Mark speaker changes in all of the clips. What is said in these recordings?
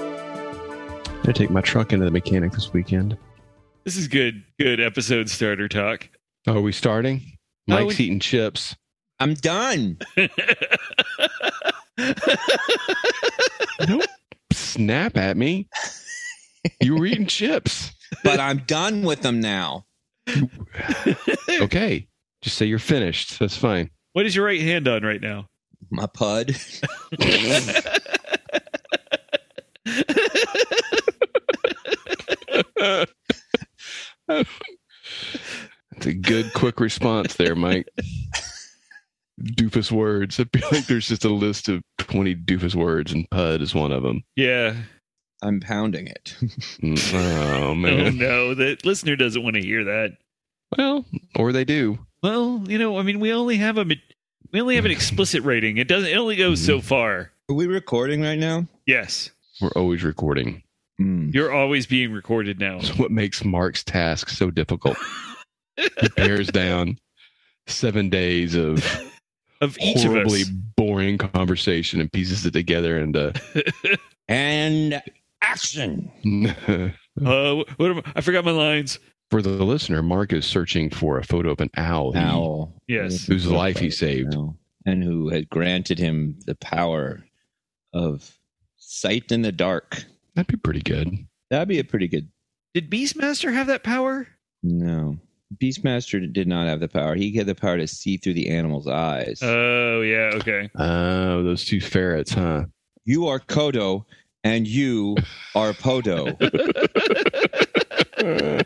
Speaker 1: I take my truck into the mechanic this weekend.
Speaker 2: This is good, good episode starter talk.
Speaker 1: Are we starting?
Speaker 2: Oh,
Speaker 1: Mike's
Speaker 2: we-
Speaker 1: eating chips.
Speaker 3: I'm done.
Speaker 1: Don't snap at me. You were eating chips.
Speaker 3: But I'm done with them now.
Speaker 1: Okay. Just say you're finished. That's fine.
Speaker 2: what is your right hand on right now?
Speaker 3: My pud.
Speaker 1: It's a good, quick response there, Mike. doofus words. I feel like there's just a list of 20 doofus words, and PUD is one of them.
Speaker 2: Yeah.
Speaker 3: I'm pounding it.
Speaker 1: Mm, Oh,
Speaker 2: Oh
Speaker 1: man.
Speaker 2: no, the listener doesn't want to hear that.
Speaker 1: Well, or they do. ma-
Speaker 2: Well, you know, I mean, we only have a ma- we only have an explicit rating. It doesn't. It only goes so far.
Speaker 3: Are we recording right now?
Speaker 2: Yes,
Speaker 1: We're always recording.
Speaker 3: Mm.
Speaker 2: you're always being recorded now.
Speaker 1: It's what makes Mark's task so difficult. he bears down seven days of
Speaker 2: Of each of
Speaker 1: horribly
Speaker 2: us.
Speaker 1: boring conversation and pieces it together and
Speaker 3: And action.
Speaker 1: uh,
Speaker 2: Uh, what am, I forgot my lines.
Speaker 1: for the listener mark is searching for a photo of an owl, he-
Speaker 3: Owl.
Speaker 2: Yes.
Speaker 1: whose life he saved
Speaker 3: And who had granted him the power of sight in the dark.
Speaker 1: that'd be pretty good
Speaker 3: That'd be a pretty good.
Speaker 2: Did Beastmaster have that power?
Speaker 3: No. Beastmaster did not have the power. He had the power to see through the animal's eyes.
Speaker 2: Oh yeah. Okay.
Speaker 1: oh those two ferrets huh
Speaker 3: you are Kodo, and you are Podo.
Speaker 1: oh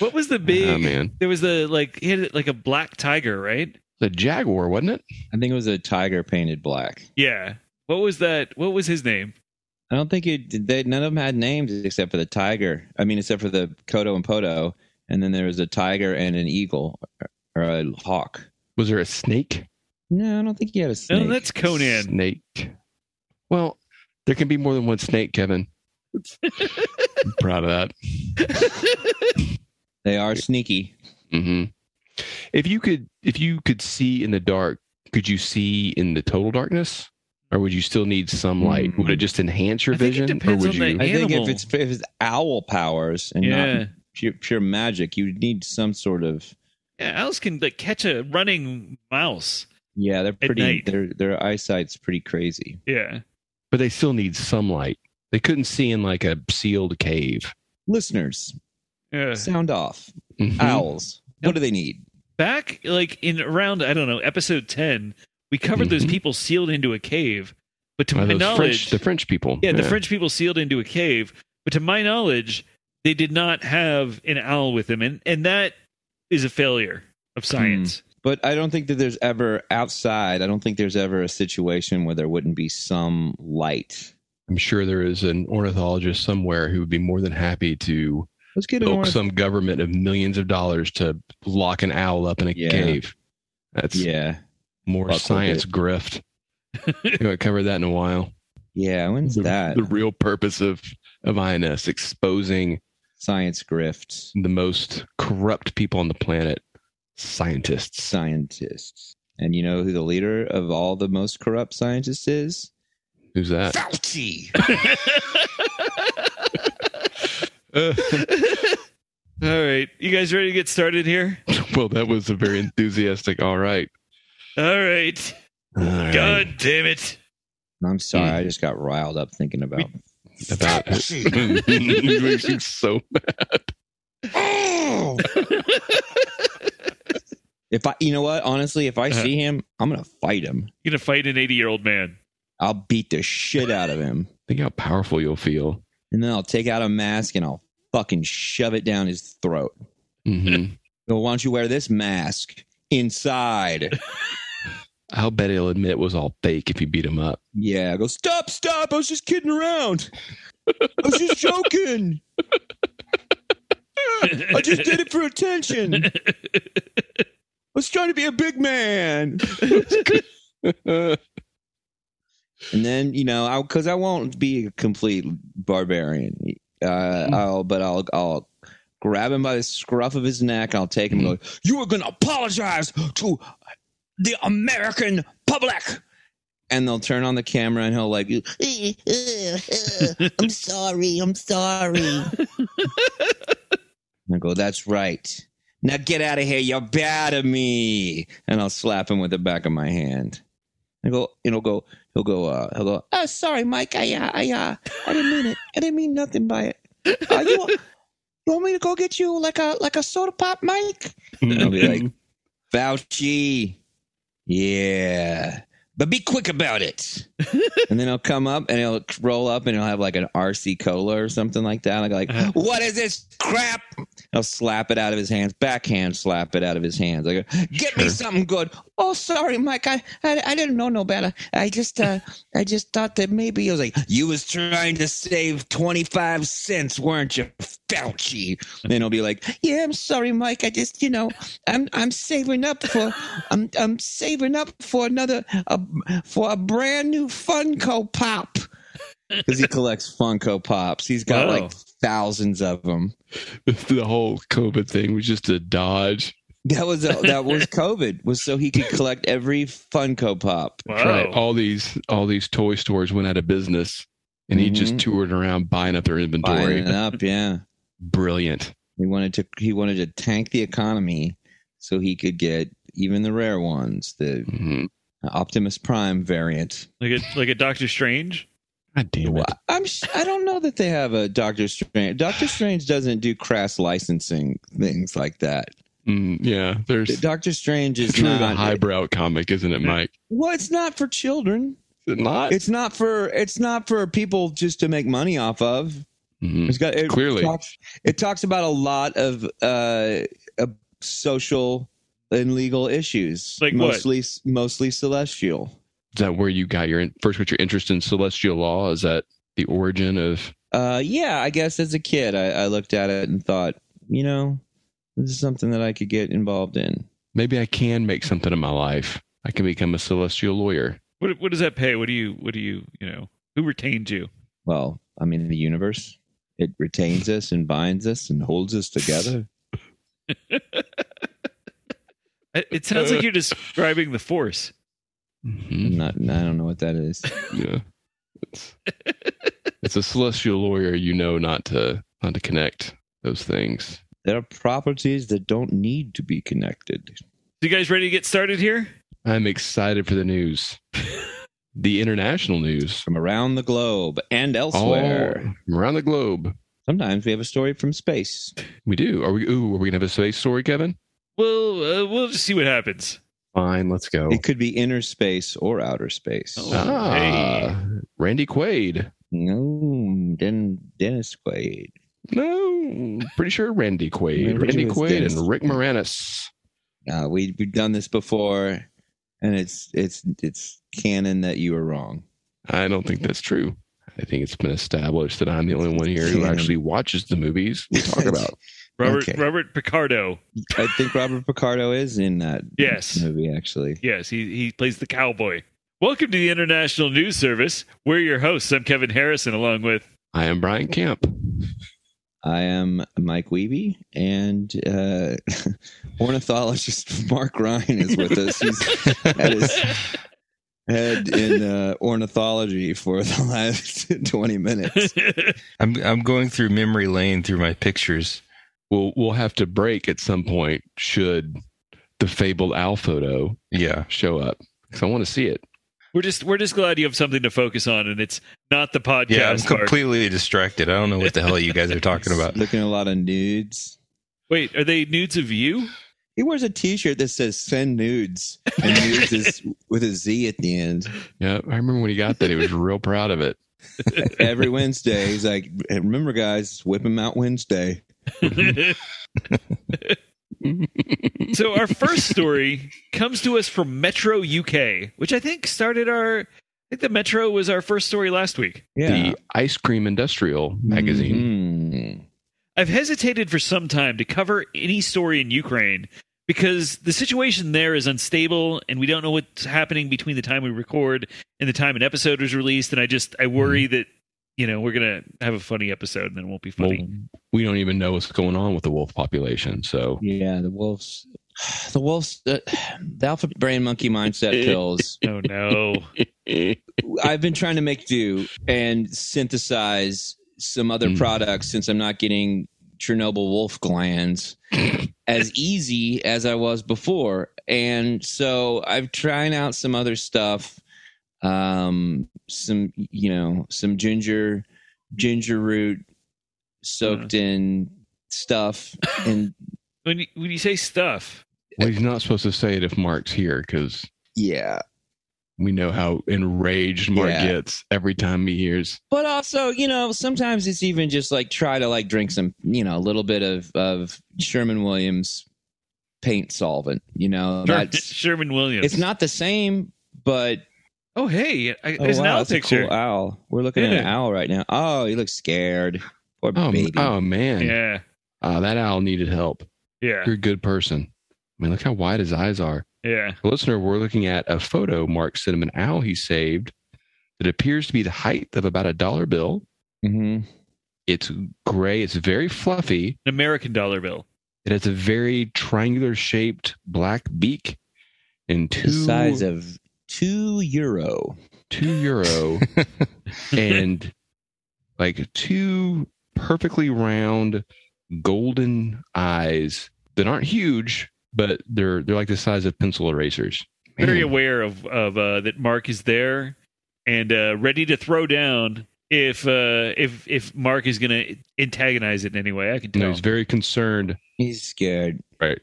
Speaker 2: What was the big?
Speaker 1: man
Speaker 2: There was the like he had like a black tiger, right?
Speaker 1: the jaguar wasn't it
Speaker 3: I think it was a tiger painted black.
Speaker 2: Yeah. What was that? What was his name?
Speaker 3: I don't think it. They, none of them had names except for the tiger. I mean, except for the Kodo and Podo, and then there was a tiger and an eagle or a hawk.
Speaker 1: was there a snake
Speaker 3: No, I don't think he had a snake.
Speaker 2: No, Oh, that's Conan.
Speaker 1: snake well there can be more than one snake kevin I'm proud of that
Speaker 3: they are sneaky.
Speaker 1: hmm
Speaker 2: Mm-hmm.
Speaker 1: If you could, if you could see in the dark, could you see in the total darkness, or would you still need some light?
Speaker 3: Hmm.
Speaker 1: Would it just enhance your
Speaker 2: I think it
Speaker 1: vision, or
Speaker 2: depends
Speaker 1: would
Speaker 2: on the-
Speaker 1: you?
Speaker 3: I think
Speaker 2: Animal.
Speaker 3: if it's if it's owl powers and
Speaker 2: yeah.
Speaker 3: not pure, pure magic, you need some sort of.
Speaker 2: Yeah, owls can like catch a running mouse.
Speaker 3: Yeah, they're pretty.
Speaker 2: night.
Speaker 3: Their their eyesight's pretty crazy.
Speaker 2: Yeah.
Speaker 1: But they still need some light. They couldn't see in like a sealed cave.
Speaker 3: Listeners,
Speaker 2: Yeah.
Speaker 3: sound off.
Speaker 2: Hmm. Mm-hmm.
Speaker 1: Mhm.
Speaker 3: Owls. What do they need?
Speaker 2: Back like in around I don't know episode ten, we covered those
Speaker 1: Mhm.
Speaker 2: people sealed into a cave. But to
Speaker 1: Well,
Speaker 2: my
Speaker 1: those French,
Speaker 2: knowledge,
Speaker 1: the French people.
Speaker 2: yeah, the French people sealed into a cave. But to my knowledge, they did not have an owl with them, and and that is a failure of
Speaker 1: Hmm.
Speaker 2: science.
Speaker 3: But I don't think that there's ever outside. I don't think there's ever a situation where there wouldn't be some light.
Speaker 1: I'm sure there is an ornithologist somewhere who would be more than happy to
Speaker 3: Let's get an
Speaker 1: owe
Speaker 3: ornith-
Speaker 1: some government of millions of dollars to lock an owl up in a
Speaker 3: Yeah.
Speaker 1: cave. That's
Speaker 3: Yeah,
Speaker 1: more
Speaker 3: Fuck with
Speaker 1: science grift. we haven't covered that in a while.
Speaker 3: yeah. When's
Speaker 1: the,
Speaker 3: that
Speaker 1: the real purpose of of INS exposing
Speaker 3: science grift?
Speaker 1: the most corrupt people on the planet, scientists.
Speaker 3: Scientists, and you know who the leader of all the most corrupt scientists is?
Speaker 1: Who's that?
Speaker 3: Fauci.
Speaker 1: Uh,
Speaker 2: All right, you guys ready to get started here?
Speaker 1: well, that was a very enthusiastic. All right.
Speaker 2: All right.
Speaker 1: All right.
Speaker 2: God damn it.
Speaker 3: I'm sorry,
Speaker 1: Hmm.
Speaker 3: I just got riled up thinking about.
Speaker 1: About it makes me so
Speaker 3: If I, you know what? Honestly, if I
Speaker 2: Uh-huh.
Speaker 3: see him, I'm gonna fight him.
Speaker 2: You're gonna fight an 80 year old man.
Speaker 3: I'll beat the shit out of him,
Speaker 1: think how powerful you'll feel.
Speaker 3: and then I'll take out a mask and I'll fucking shove it down his throat.
Speaker 1: Mhm.
Speaker 3: Well, why don't you wear this mask? inside.
Speaker 1: I'll bet he'll admit it was all fake if you beat him up.
Speaker 3: Yeah, I go stop, stop. I was just kidding around. I was just joking. I just did it for attention. I was trying to be a big man.
Speaker 1: That's
Speaker 3: And then you know, I because I won't be a complete barbarian. Uh, I'll but I'll I'll grab him by the scruff of his neck. I'll take him. and go, you are going to apologize to the American public. And they'll turn on the camera and he'll like,
Speaker 4: I'm sorry. I'm sorry.
Speaker 3: And I go, that's right. Now get out of here. You're bad at me. And I'll slap him with the back of my hand. I go, and he'll go, he'll go, uh, he'll go, oh, sorry, Mike. I, uh, I, uh, I didn't mean it. I didn't mean nothing by it. Uh, you, want- you want me to go get you like a, like a soda pop, Mike? And I'll be like, Fauci. Yeah. But be quick about it. and then he'll come up and he'll roll up and he'll have like an RC cola or something like that. I'll go like,
Speaker 2: Uh-huh.
Speaker 3: what is this crap? I'll slap it out of his hands, backhand slap it out of his hands. I go, get me
Speaker 1: Sure.
Speaker 3: something good. Oh, sorry, Mike. I, I, I didn't know no better. I just, uh, I just thought that maybe it was like you was trying to save twenty five cents, weren't you, Fauci? Then he'll be like, yeah, I'm sorry, Mike. I just, you know, I'm, I'm saving up for, I'm, I'm saving up for another, uh, for a brand new Funko Pop. Because he collects Funko Pops. He's got
Speaker 2: Wow.
Speaker 3: like thousands of them.
Speaker 1: the whole COVID thing was just a dodge.
Speaker 3: That was uh, that was COVID. Was so he could collect every Funko Pop.
Speaker 2: Wow.
Speaker 1: That's Right. All these all these toy stores went out of business and he just
Speaker 3: Mhm.
Speaker 1: toured around buying up their inventory.
Speaker 3: Buying it up, yeah.
Speaker 1: Brilliant.
Speaker 3: He wanted to he wanted to tank the economy so he could get even the rare ones, the
Speaker 1: Mhm.
Speaker 3: Optimus Prime variant.
Speaker 2: like a like a Doctor Strange.
Speaker 1: God damn it.
Speaker 3: I'm sh- I don't know that they have a Doctor Strange. Doctor Strange doesn't do crass licensing things like that.
Speaker 1: Mm, yeah. There's
Speaker 3: Doctor Strange is
Speaker 1: it's really a
Speaker 3: not
Speaker 1: highbrow comic, isn't it, Mike?
Speaker 3: well, it's not for children.
Speaker 1: Is it not?
Speaker 3: It's not for it's not for people just to make money off of.
Speaker 1: Mhm.
Speaker 3: It's got it
Speaker 1: Clearly.
Speaker 3: Talks, it talks about a lot of uh, uh, social and legal issues,
Speaker 2: Like what?
Speaker 3: mostly mostly celestial.
Speaker 1: Is that where you got your in- first got your interest in celestial law? Is that the origin of
Speaker 3: Uh, yeah, I guess as a kid, I, I looked at it and thought, you know, this is something that I could get involved in.
Speaker 1: maybe I can make something of my life? I can become a celestial lawyer.
Speaker 2: What what does that pay? What do you what do you you know? Who retained you?
Speaker 3: Well, I mean, the universe it retains us and binds us and holds us together.
Speaker 2: It, it sounds like you're describing the Force.
Speaker 1: Mhm.
Speaker 3: I'm not, I don't know what that is.
Speaker 1: Mm-hmm. yeah. It's, it's a celestial lawyer, you know, not to not to connect those things.
Speaker 3: There are properties that don't need to be connected.
Speaker 2: You guys ready to get started here?
Speaker 1: I'm excited for the news, the international news,
Speaker 3: From around the globe and
Speaker 1: all
Speaker 3: elsewhere.
Speaker 1: around the globe.
Speaker 3: Sometimes we have a story from space.
Speaker 1: We do. Are we? Ooh, are we gonna have a space story, Kevin?
Speaker 2: Well, uh, we'll just see what happens.
Speaker 1: Fine, let's go.
Speaker 3: It could be inner space or outer space.
Speaker 2: Oh.
Speaker 1: Ah,
Speaker 2: Hey.
Speaker 1: Randy Quaid.
Speaker 3: No, Den- Dennis Quaid.
Speaker 1: No, pretty sure Randy
Speaker 3: Yeah,
Speaker 1: Quaid.
Speaker 3: Randy
Speaker 1: Randy
Speaker 3: was
Speaker 1: Quaid
Speaker 3: Dennis.
Speaker 1: and Rick Moranis.
Speaker 3: Uh, we we've done this before, and it's it's it's canon that you were wrong.
Speaker 1: I don't think that's true. I think it's been established that I'm the only one here who
Speaker 3: Yeah.
Speaker 1: actually watches the movies we talk about.
Speaker 2: Robert
Speaker 3: Okay.
Speaker 2: Robert Picardo.
Speaker 3: I think Robert Picardo is in that
Speaker 2: Yes.
Speaker 3: movie actually.
Speaker 2: Yes, he he plays the cowboy. Welcome to the International News Service. We're your hosts. I'm Kevin Harrison, along with
Speaker 1: I am Brian Camp.
Speaker 3: I am Mike Wiebe, and uh, ornithologist Mark Ryan is with us. He's at his head in uh, ornithology for the last twenty minutes.
Speaker 5: I'm I'm going through memory lane through my pictures.
Speaker 1: We'll we'll have to break at some point should the fabled owl photo
Speaker 5: Yeah.
Speaker 1: show up because I want to see it.
Speaker 2: we're just we're just glad you have something to focus on, and it's not the podcast.
Speaker 5: Yeah, I'm
Speaker 2: part.
Speaker 5: completely distracted. I don't know what the hell you guys are talking about.
Speaker 3: Looking at a lot of nudes.
Speaker 2: Wait, are they nudes of you?
Speaker 3: He wears a T-shirt that says "Send nudes" and nudes is with a Z at the end.
Speaker 1: Yeah, I remember when he got that; he was real proud of it.
Speaker 3: Every Wednesday, he's like, "Hey, "Remember, guys, whip 'em out Wednesday."
Speaker 2: So our first story comes to us from Metro UK, which I think started our. I think the Metro was our first story last week.
Speaker 1: The Ice Cream Industrial magazine.
Speaker 3: magazine.
Speaker 2: I've hesitated for some time to cover any story in Ukraine because the situation there is unstable and we don't know what's happening between the time we record and the time an episode is released and I just I worry
Speaker 3: Mm-hmm.
Speaker 2: that you know we're going to have a funny episode and then it won't be
Speaker 1: Well,
Speaker 2: funny.
Speaker 1: we don't even know what's going on with the wolf population. So
Speaker 3: Yeah, the wolves. Mm-hmm. The wolves. The, the alpha brain monkey mindset kills.
Speaker 2: oh no.
Speaker 3: I've been trying to make do and synthesize some other
Speaker 1: Mm.
Speaker 3: products since I'm not getting Chernobyl wolf glands as easy as I was before. And so I've tried out some other stuff. Um, some you know, some ginger, ginger root soaked in stuff and
Speaker 2: When you, when you say stuff,
Speaker 1: well, he's not supposed to say it if Mark's here because
Speaker 3: yeah.
Speaker 1: we know how enraged Mark
Speaker 3: Yeah.
Speaker 1: gets every time he hears.
Speaker 3: but also you know sometimes it's even just like try to like drink some you know a little bit of of sherman williams paint solvent you know that's
Speaker 2: Sherman Williams.
Speaker 3: it's not the same but
Speaker 2: Oh hey, I,
Speaker 3: oh,
Speaker 2: there's an
Speaker 3: wow,
Speaker 2: owl
Speaker 3: that's
Speaker 2: picture.
Speaker 3: a cool owl we're looking at an
Speaker 2: Yeah.
Speaker 3: owl right now oh he looks scared poor
Speaker 1: Oh,
Speaker 3: baby
Speaker 1: oh man,
Speaker 2: Yeah.
Speaker 1: Ah, that owl needed help.
Speaker 2: Yeah.
Speaker 1: You're a good person. I mean, look how wide his eyes are.
Speaker 2: Yeah.
Speaker 1: Listener, we're looking at a photo Mark sent him an owl he saved that appears to be the height of about a dollar bill.
Speaker 3: hmm
Speaker 1: It's gray. It's very fluffy.
Speaker 2: An American dollar bill.
Speaker 1: It has a very triangular shaped black beak and two
Speaker 3: the size of two euro
Speaker 1: two euro and like two perfectly round golden eyes that aren't huge, but they're they're like the size of pencil erasers.
Speaker 2: very
Speaker 1: Man,
Speaker 2: aware of of uh, that Mark is there and uh, ready to throw down if uh, if if Mark is going to antagonize it in any way. I can
Speaker 1: you
Speaker 2: tell.
Speaker 1: know, he's very concerned.
Speaker 3: he's scared
Speaker 1: Right.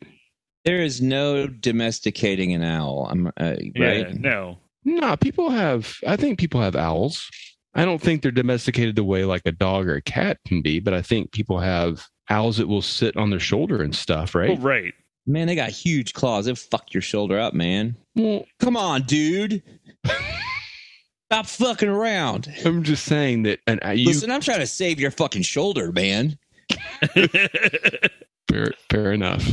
Speaker 3: there is no domesticating an owl i'm uh,
Speaker 2: Yeah,
Speaker 3: right
Speaker 2: No.
Speaker 1: No, people have. I think people have owls. I don't think they're domesticated the way like a dog or a cat can be, but I think people have owls that will sit on their shoulder and stuff.
Speaker 2: Well,
Speaker 1: Right.
Speaker 2: Oh, right.
Speaker 3: man they got huge claws it fuck your shoulder up man
Speaker 1: Well,
Speaker 3: Come on, dude. Stop fucking around.
Speaker 1: I'm just saying that, and I- you
Speaker 3: Listen, I'm trying to save your fucking shoulder, man. Oh,
Speaker 1: fair, fair enough.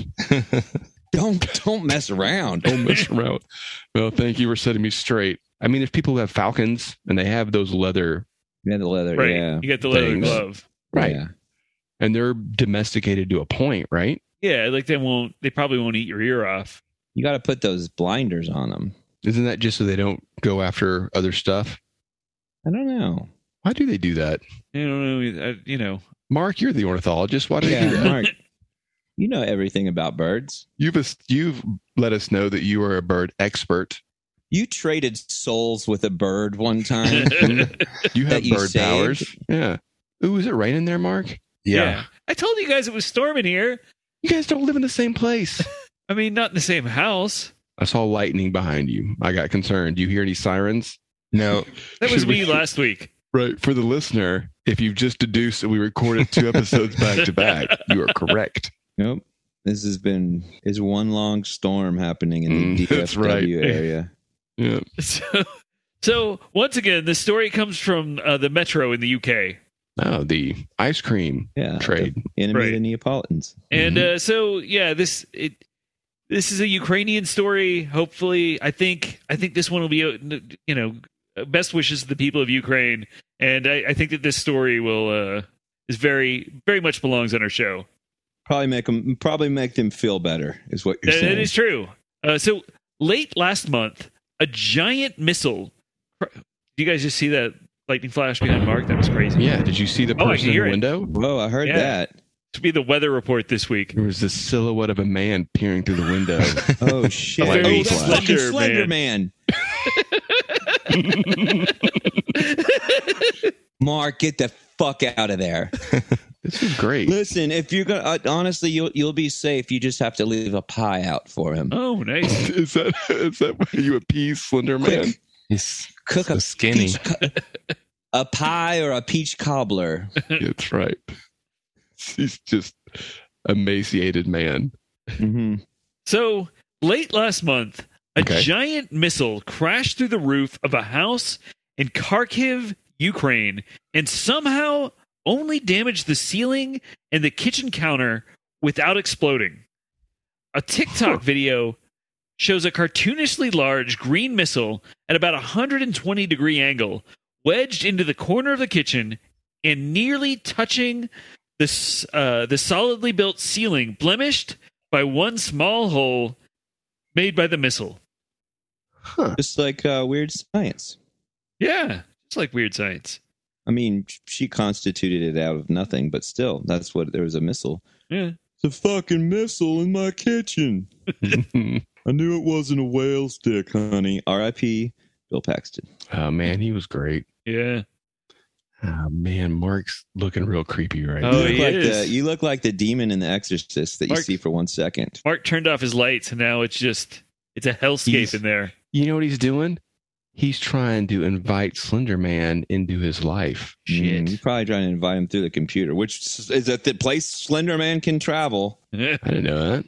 Speaker 3: Don't don't mess around.
Speaker 1: Don't mess around. Well, thank you for setting me straight. I mean, there's people who have falcons and they have those leather,
Speaker 3: Yeah, the leather.
Speaker 2: right.
Speaker 3: Yeah.
Speaker 2: You got the leather
Speaker 1: Things.
Speaker 2: glove.
Speaker 3: Yeah.
Speaker 1: And they're domesticated to a point, right?
Speaker 2: Yeah, like they won't. They probably won't eat your ear off.
Speaker 3: You got to put those blinders on them.
Speaker 1: Isn't that just so they don't go after other stuff?
Speaker 3: I don't know.
Speaker 1: Why do they do that?
Speaker 2: I don't know. I, you know.
Speaker 1: Mark, you're the ornithologist. Why do they do
Speaker 3: Yeah,
Speaker 1: that?
Speaker 3: Mark, you know everything about birds.
Speaker 1: You've you've let us know that you are a bird expert.
Speaker 3: You traded souls with a bird one time.
Speaker 1: You have
Speaker 3: That you
Speaker 1: bird
Speaker 3: saved.
Speaker 1: powers. Yeah. Ooh, is it raining there, Mark?
Speaker 5: Yeah.
Speaker 2: I told you guys it was storming here.
Speaker 1: You guys don't live in the same place.
Speaker 2: I mean, not in the same house.
Speaker 1: I saw lightning behind you. I got concerned. Do you hear any sirens?
Speaker 5: No.
Speaker 2: That was
Speaker 1: Should we-
Speaker 2: me last week.
Speaker 1: Right. For the listener, if you've just deduced that we recorded two episodes back to back, you are correct.
Speaker 3: nope. This has been is one long storm happening in the
Speaker 1: Mm, that's
Speaker 3: DFW
Speaker 1: right.
Speaker 3: area.
Speaker 1: Yeah.
Speaker 2: So, so once again, this story comes from uh, the Metro in the UK.
Speaker 1: Oh, the ice cream
Speaker 3: Yeah.
Speaker 1: trade.
Speaker 3: the enemy of
Speaker 2: Right.
Speaker 3: the Neapolitans.
Speaker 2: And
Speaker 3: Mm-hmm.
Speaker 2: uh, so yeah, this it this is a Ukrainian story. Hopefully, I think I think this one will be uh, you know best wishes to the people of Ukraine, and I, I think that this story will uh, is very very much belongs on our show.
Speaker 3: Probably make them probably make them feel better is what you're
Speaker 2: That-
Speaker 3: saying.
Speaker 2: that is true. Uh, so late last month, a giant missile. Do you guys just see that lightning flash behind Mark? That was crazy.
Speaker 1: Yeah. Did you see the
Speaker 2: Oh, I can
Speaker 1: person in
Speaker 2: hear
Speaker 1: the
Speaker 2: it.
Speaker 1: window?
Speaker 3: Whoa, I heard
Speaker 2: Yeah.
Speaker 3: that.
Speaker 2: To be the weather report this week.
Speaker 1: There was the silhouette of a man peering through the window.
Speaker 3: Oh shit!
Speaker 1: Very
Speaker 3: oh, that's
Speaker 1: flash.
Speaker 3: fucking
Speaker 2: Slender
Speaker 3: Slender Man. Mark, get the fuck out of there.
Speaker 1: this is great.
Speaker 3: Listen, if you're gonna uh, honestly, you'll you'll be safe. You just have to leave a pie out for him.
Speaker 2: Oh, nice.
Speaker 1: Is that is that why you appease Slender Man?
Speaker 3: Quick,
Speaker 5: He's
Speaker 3: cook
Speaker 5: so
Speaker 3: a
Speaker 5: skinny.
Speaker 3: peach, co- a pie or a peach cobbler.
Speaker 1: That's right. He's just emaciated man.
Speaker 3: hmm
Speaker 2: So late last month, a
Speaker 1: Okay.
Speaker 2: giant missile crashed through the roof of a house in Kharkiv, Ukraine, and somehow only damaged the ceiling and the kitchen counter without exploding. A TikTok video shows a cartoonishly large green missile at about a 120 degree angle wedged into the corner of the kitchen and nearly touching the, s- uh, the solidly built ceiling, blemished by one small hole made by the missile.
Speaker 3: Just like uh, weird science.
Speaker 2: Yeah, it's like weird science.
Speaker 3: I mean, she constituted it out of nothing, but still, that's what there was a missile.
Speaker 2: Yeah.
Speaker 3: It's a fucking missile in my kitchen. I knew it wasn't a whale stick, honey. R.I.P. Bill Paxton.
Speaker 1: oh man, he was great.
Speaker 2: Yeah.
Speaker 1: Oh man, Mark's looking real creepy right
Speaker 2: Oh,
Speaker 3: you,
Speaker 1: now.
Speaker 3: look
Speaker 2: he
Speaker 3: like
Speaker 2: is.
Speaker 3: The, you look like the demon in The Exorcist that you
Speaker 2: Mark-
Speaker 3: see for one second.
Speaker 2: Mark turned off his lights and now it's just it's a hellscape
Speaker 1: He's-
Speaker 2: in there.
Speaker 1: You know what he's doing? He's trying to invite Slender Man into his life.
Speaker 3: Mm, you're probably trying to invite him through the computer, which s- is at the place Slender Man can travel.
Speaker 1: I didn't know that.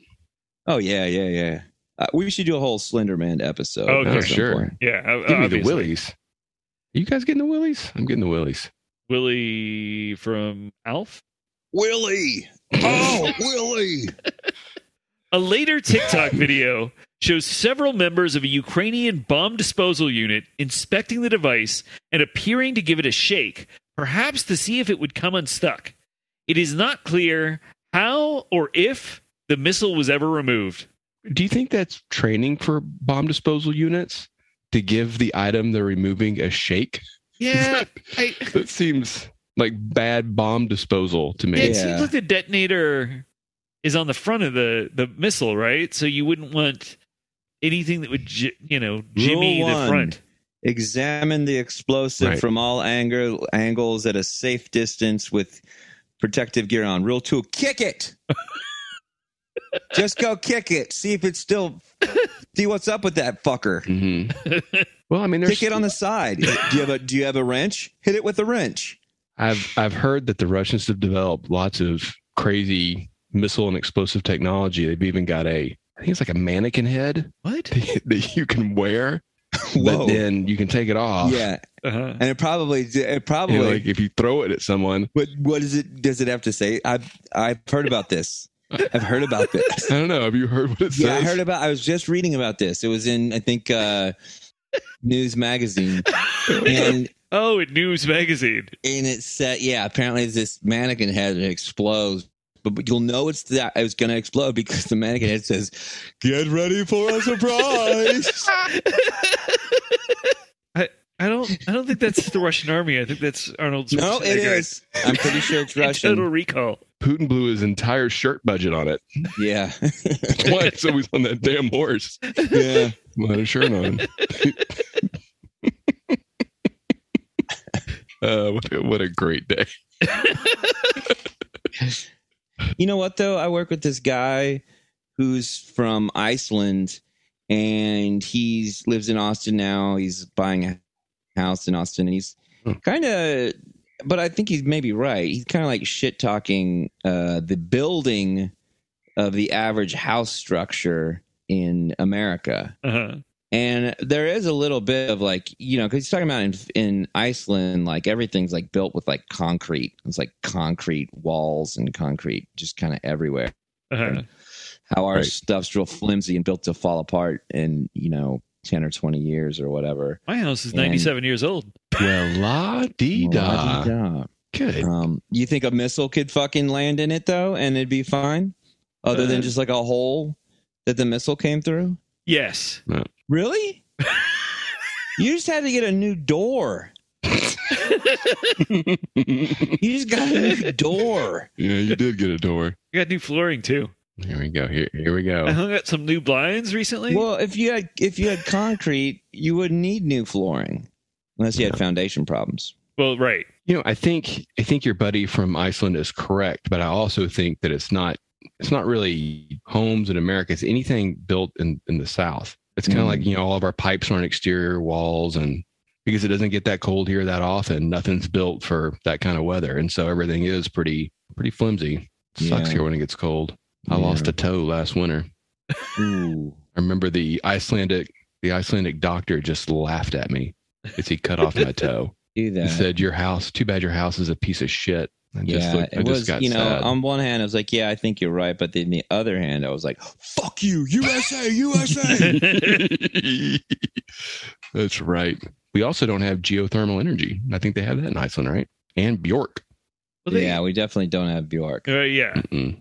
Speaker 3: Oh yeah, yeah, yeah. Uh, we should do a whole Slender Man episode.
Speaker 2: Oh,
Speaker 3: at
Speaker 2: yeah,
Speaker 3: some
Speaker 1: sure.
Speaker 3: point.
Speaker 2: yeah.
Speaker 1: Give
Speaker 2: o-
Speaker 1: me the
Speaker 2: Uh, obviously.
Speaker 1: willies. Are you guys getting the willies? I'm getting the willies.
Speaker 2: Willie from Alf.
Speaker 3: Willie. Oh, Willie.
Speaker 2: A later TikTok video shows several members of a Ukrainian bomb disposal unit inspecting the device and appearing to give it a shake, perhaps to see if it would come unstuck. It is not clear how or if the missile was ever removed.
Speaker 1: Do you think that's training for bomb disposal units to give the item they're removing a shake?
Speaker 2: Yeah, I,
Speaker 1: That seems like bad bomb disposal to me.
Speaker 2: it
Speaker 3: Yeah.
Speaker 2: seems like the detonator is on the front of the, the missile, right? So you wouldn't want anything that would, j- you know, jimmy
Speaker 3: Rule
Speaker 2: the
Speaker 3: one.
Speaker 2: front.
Speaker 3: Examine the explosive
Speaker 1: Right.
Speaker 3: from all anger angles at a safe distance with protective gear on. Rule two: kick it. Just go kick it. See if it's still. See what's up with that fucker.
Speaker 1: hmm Well, I mean, there's
Speaker 3: Kick it on the side. Do you have a Do you have a wrench? Hit it with a wrench.
Speaker 1: I've I've heard that the Russians have developed lots of crazy missile and explosive technology. They've even got a I think it's like a mannequin head
Speaker 2: What?
Speaker 1: that you can wear, but then you can take it off.
Speaker 3: yeah,
Speaker 2: Uh-huh.
Speaker 3: and it probably it probably
Speaker 1: You know, like if you throw it at someone,
Speaker 3: What what is it? Does it have to say? I've I've heard about this. I've heard about
Speaker 1: I
Speaker 3: this.
Speaker 1: don't know. Have you heard what it
Speaker 3: Yeah, I
Speaker 1: says?
Speaker 3: heard about. I was just reading about this. It was in I think uh, News Magazine, and
Speaker 2: Oh, at News Magazine.
Speaker 3: and it said, yeah, apparently it's this mannequin head that explodes. But, but you'll know it's that it's going to explode because the mannequin head says, "Get ready for a surprise."
Speaker 2: I don't. I don't think that's the Russian army. I think that's Arnold.
Speaker 3: no, it
Speaker 2: Schwarzenegger
Speaker 3: is. I'm pretty sure
Speaker 2: in
Speaker 3: it's
Speaker 2: Total
Speaker 3: Russian.
Speaker 2: Recall.
Speaker 1: Putin blew his entire shirt budget on it.
Speaker 3: Yeah,
Speaker 1: Twice so he's on that damn horse.
Speaker 3: yeah.
Speaker 1: Let a shirt on. uh, what, a, what a great day.
Speaker 3: You know what though? I work with this guy who's from Iceland and he's lives in Austin now. He's buying a house in Austin and he's
Speaker 1: Hmm.
Speaker 3: kind of but I think he's maybe right. He's kind of like shit talking uh the building of the average house structure in America
Speaker 2: Uh-huh.
Speaker 3: and there is a little bit of like you know because he's talking about in, in iceland like everything's like built with like concrete it's like concrete walls and concrete just kind of everywhere
Speaker 2: Uh-huh.
Speaker 3: how our
Speaker 1: Right.
Speaker 3: stuff's real flimsy and built to fall apart in you know 10 or 20 years or whatever
Speaker 2: My house is
Speaker 3: And-
Speaker 2: 97 years old.
Speaker 1: Well, la dee da.
Speaker 3: Wah-dee-da.
Speaker 1: Good.
Speaker 3: um, you think a missile could fucking land in it though and it'd be fine other
Speaker 2: Uh.
Speaker 3: than just like a hole that the missile came through
Speaker 2: Yes.
Speaker 3: really you just had to get a new door
Speaker 1: yeah,
Speaker 3: You just got a new door.
Speaker 1: you did get a door.
Speaker 2: I got new flooring too.
Speaker 1: Here we go. Here, here we
Speaker 2: I
Speaker 1: go.
Speaker 2: hung out some new blinds recently.
Speaker 3: Oh. Well, if you had if you had concrete, you wouldn't need new flooring unless you had foundation problems.
Speaker 2: Well, right.
Speaker 1: You know, I think I think your buddy from Iceland is correct, but I also think that it's not it's not really homes in America. It's anything built in in the South. It's kind of
Speaker 3: Mm.
Speaker 1: like you know all of our pipes are on exterior walls, and because it doesn't get that cold here that often, nothing's built for that kind of weather, and so everything is pretty pretty flimsy. Sucks
Speaker 3: Yeah.
Speaker 1: here when it gets cold. I
Speaker 3: Yeah.
Speaker 1: lost a toe last winter.
Speaker 3: Ooh.
Speaker 1: I remember the Icelandic the Icelandic doctor just laughed at me as he cut off my toe.
Speaker 3: Do
Speaker 1: He
Speaker 3: that.
Speaker 1: said, "Your house. Too bad your house is a piece of shit." I just,
Speaker 3: yeah,
Speaker 1: looked- I
Speaker 3: it
Speaker 1: just
Speaker 3: was.
Speaker 1: got
Speaker 3: You know,
Speaker 1: sad.
Speaker 3: on one hand, I was like, "Yeah, I think you're right," but then the other hand, I was like, "Fuck you, USA, USA."
Speaker 1: That's right. We also don't have geothermal energy. I think they have that in Iceland, right? And Bjork.
Speaker 2: Well, they-
Speaker 3: yeah, we definitely don't have Bjork.
Speaker 2: Uh, yeah.
Speaker 1: Mm-mm.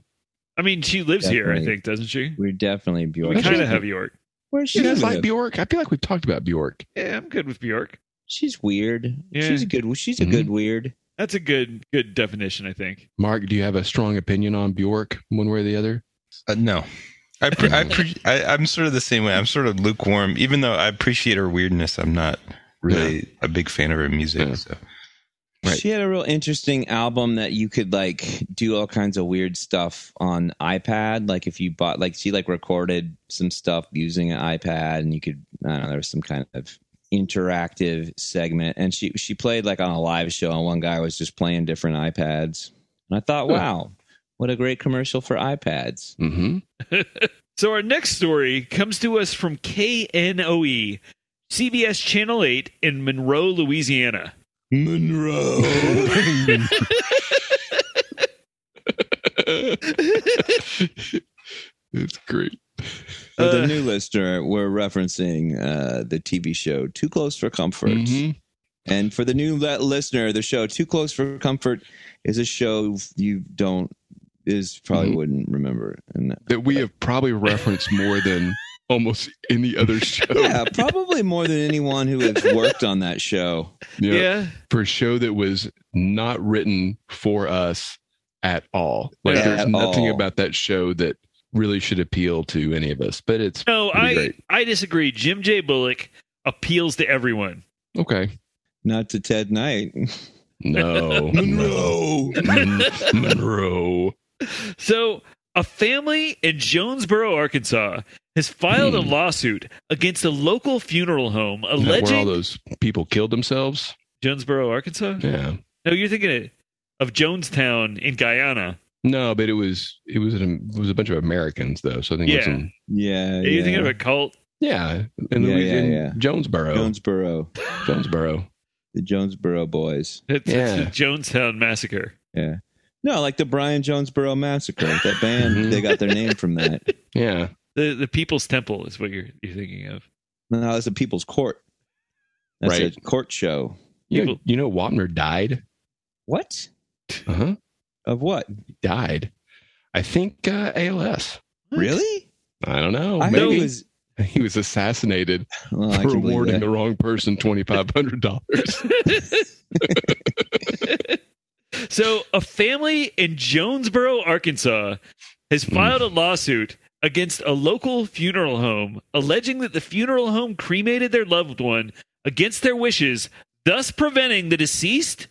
Speaker 2: I mean, she lives here, I
Speaker 3: Definitely.
Speaker 2: think, doesn't she?
Speaker 3: We're definitely Bjork.
Speaker 2: We kind
Speaker 3: She's-
Speaker 2: of have Bjork.
Speaker 3: Where's she?
Speaker 1: You guys like
Speaker 3: live?
Speaker 1: Bjork? I feel like we've talked about Bjork.
Speaker 2: Yeah, I'm good with Bjork.
Speaker 3: She's weird.
Speaker 2: Yeah.
Speaker 3: She's a good. She's
Speaker 1: Mm-hmm.
Speaker 3: a good weird.
Speaker 2: That's a good good definition, I think.
Speaker 1: Mark, do you have a strong opinion on Bjork, one way or the other?
Speaker 5: Uh, no. I, pre- I, pre- I I'm sort of the same way. I'm sort of lukewarm, even though I appreciate her weirdness. I'm not really a big fan of her music.
Speaker 1: Yeah.
Speaker 5: So
Speaker 1: Right.
Speaker 3: She had a real interesting album that you could like do all kinds of weird stuff on iPad. Like if you bought, like she like recorded some stuff using an iPad, and you could I don't know there was some kind of interactive segment, and she she played like on a live show, and one guy was just playing different iPads, and I thought,
Speaker 1: Huh.
Speaker 3: wow, what a great commercial for iPads.
Speaker 1: Mm-hmm.
Speaker 2: So our next story comes to us from KNOE, CBS Channel 8 in Monroe, Louisiana.
Speaker 1: Monroe. it's great.
Speaker 3: For
Speaker 2: Uh,
Speaker 3: the new listener, we're referencing uh, the TV show Too Close for Comfort.
Speaker 1: Mhm.
Speaker 3: And for the new le- listener, the show "Too Close for Comfort" is a show you don't is probably
Speaker 1: Mhm.
Speaker 3: wouldn't remember. And
Speaker 1: That we have probably referenced more than almost any other show.
Speaker 3: yeah, probably more than anyone who has worked on that show.
Speaker 1: Yeah.
Speaker 2: Yeah.
Speaker 1: For a show that was not written for us at all. Like
Speaker 2: Yeah.
Speaker 1: there's
Speaker 3: At
Speaker 1: nothing
Speaker 3: all.
Speaker 1: about that show that really should appeal to any of us. But it's
Speaker 2: No,
Speaker 1: Pretty
Speaker 2: I
Speaker 1: great.
Speaker 2: I disagree. Jim J. Bullock appeals to everyone.
Speaker 1: okay.
Speaker 3: Not to Ted Knight.
Speaker 1: No. Monroe. Monroe.
Speaker 2: So, a family in Jonesboro, Arkansas has filed a
Speaker 1: Hmm.
Speaker 2: lawsuit against a local funeral home
Speaker 1: Is that Where all
Speaker 2: alleging
Speaker 1: those people killed themselves.
Speaker 2: Jonesboro, Arkansas?
Speaker 1: Yeah.
Speaker 2: No, you're thinking of- of Jonestown in Guyana.
Speaker 1: No, but it was it was an, it was a bunch of Americans though. So I think it
Speaker 2: Yeah.
Speaker 1: was some,
Speaker 3: Yeah,
Speaker 2: Are you
Speaker 3: yeah.
Speaker 2: thinking of a cult?
Speaker 1: yeah, in,
Speaker 3: Yeah,
Speaker 1: Louis-
Speaker 3: yeah,
Speaker 1: in
Speaker 3: yeah.
Speaker 1: Jonesboro,
Speaker 3: Jonesboro,
Speaker 1: Jonesboro.
Speaker 3: the Jonesboro Boys.
Speaker 2: It's,
Speaker 1: Yeah.
Speaker 2: it's the Jonestown massacre.
Speaker 3: No, like the Brian Jonesboro Massacre. That band, they got their name from that.
Speaker 1: Yeah,
Speaker 2: The the People's Temple is what you're you're thinking of.
Speaker 3: No, that's a People's Court. That's a
Speaker 1: Right.
Speaker 3: court show.
Speaker 1: you know,
Speaker 2: People-
Speaker 1: you know Wapner died.
Speaker 3: What
Speaker 1: Uh huh.
Speaker 3: of what?
Speaker 1: Died. I think uh, ALS.
Speaker 3: Really?
Speaker 1: I don't
Speaker 2: Oh,
Speaker 1: know.
Speaker 3: I know
Speaker 1: maybe
Speaker 3: it was.
Speaker 1: he was assassinated
Speaker 3: Well, I
Speaker 1: for
Speaker 3: can believe
Speaker 1: awarding
Speaker 3: that.
Speaker 1: the wrong person twenty five hundred dollars.
Speaker 2: So, a family in Jonesboro, Arkansas has filed a lawsuit against a local funeral home alleging that the funeral home cremated their loved one against their wishes, thus preventing the deceased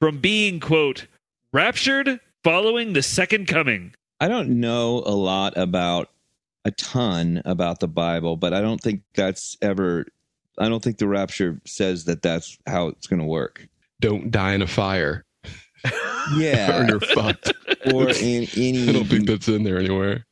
Speaker 2: from being, quote, raptured following the second coming.
Speaker 3: I don't know a lot about a ton about the Bible, but I don't think that's ever. I don't think the rapture says that that's how it's going to work.
Speaker 1: don't die in a fire. or
Speaker 3: Yeah,
Speaker 1: you're fucked.
Speaker 3: or in
Speaker 1: I don't think
Speaker 3: any.
Speaker 1: that's in there anywhere.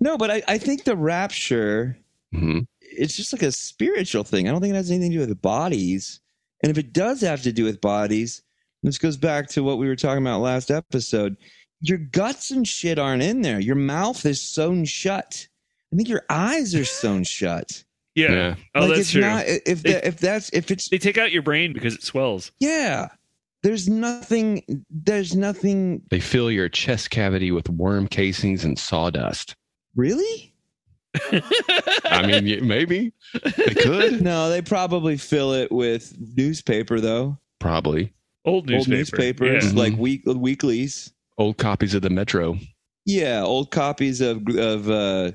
Speaker 3: No, but I, I think the rapture.
Speaker 1: hmm
Speaker 3: It's just like a spiritual thing. I don't think it has anything to do with bodies. And if it does have to do with bodies, this goes back to what we were talking about last episode. Your guts and shit aren't in there. Your mouth is sewn shut. I think your eyes are sewn shut.
Speaker 2: Yeah.
Speaker 1: yeah.
Speaker 2: Oh,
Speaker 3: like
Speaker 2: that's
Speaker 3: it's
Speaker 2: true.
Speaker 3: not if
Speaker 2: They-
Speaker 3: that, if that's if it's
Speaker 2: they take out your brain because it swells.
Speaker 3: yeah. There's nothing. There's nothing
Speaker 1: They fill your chest cavity with worm casings and sawdust.
Speaker 3: really.
Speaker 1: I mean, y- maybe they could.
Speaker 3: No, they probably fill it with newspaper though.
Speaker 1: Probably
Speaker 2: Old newspaper.
Speaker 3: Old newspapers
Speaker 2: Yeah.
Speaker 1: Mhm.
Speaker 3: like week weeklies.
Speaker 1: old copies of the Metro.
Speaker 3: Yeah, old copies of of uh,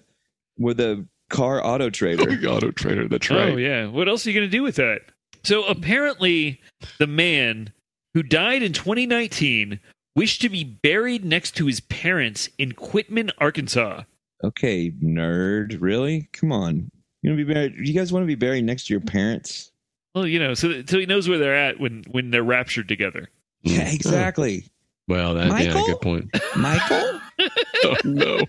Speaker 3: were the car auto trader.
Speaker 1: Auto Trader. That's
Speaker 2: Oh yeah. What else are you going to do with that? So apparently, the man who died in 2019 wished to be buried next to his parents in Quitman, Arkansas.
Speaker 3: okay, nerd. Really? Come on. You gonna be buried? You guys want to be buried next to your parents?
Speaker 2: Well, you know, so so he knows where they're at when when they're raptured together.
Speaker 3: Yeah, exactly.
Speaker 1: Mm. Oh, Well, that, yeah,
Speaker 3: Michael?
Speaker 1: good point.
Speaker 3: Michael.
Speaker 1: Oh, no.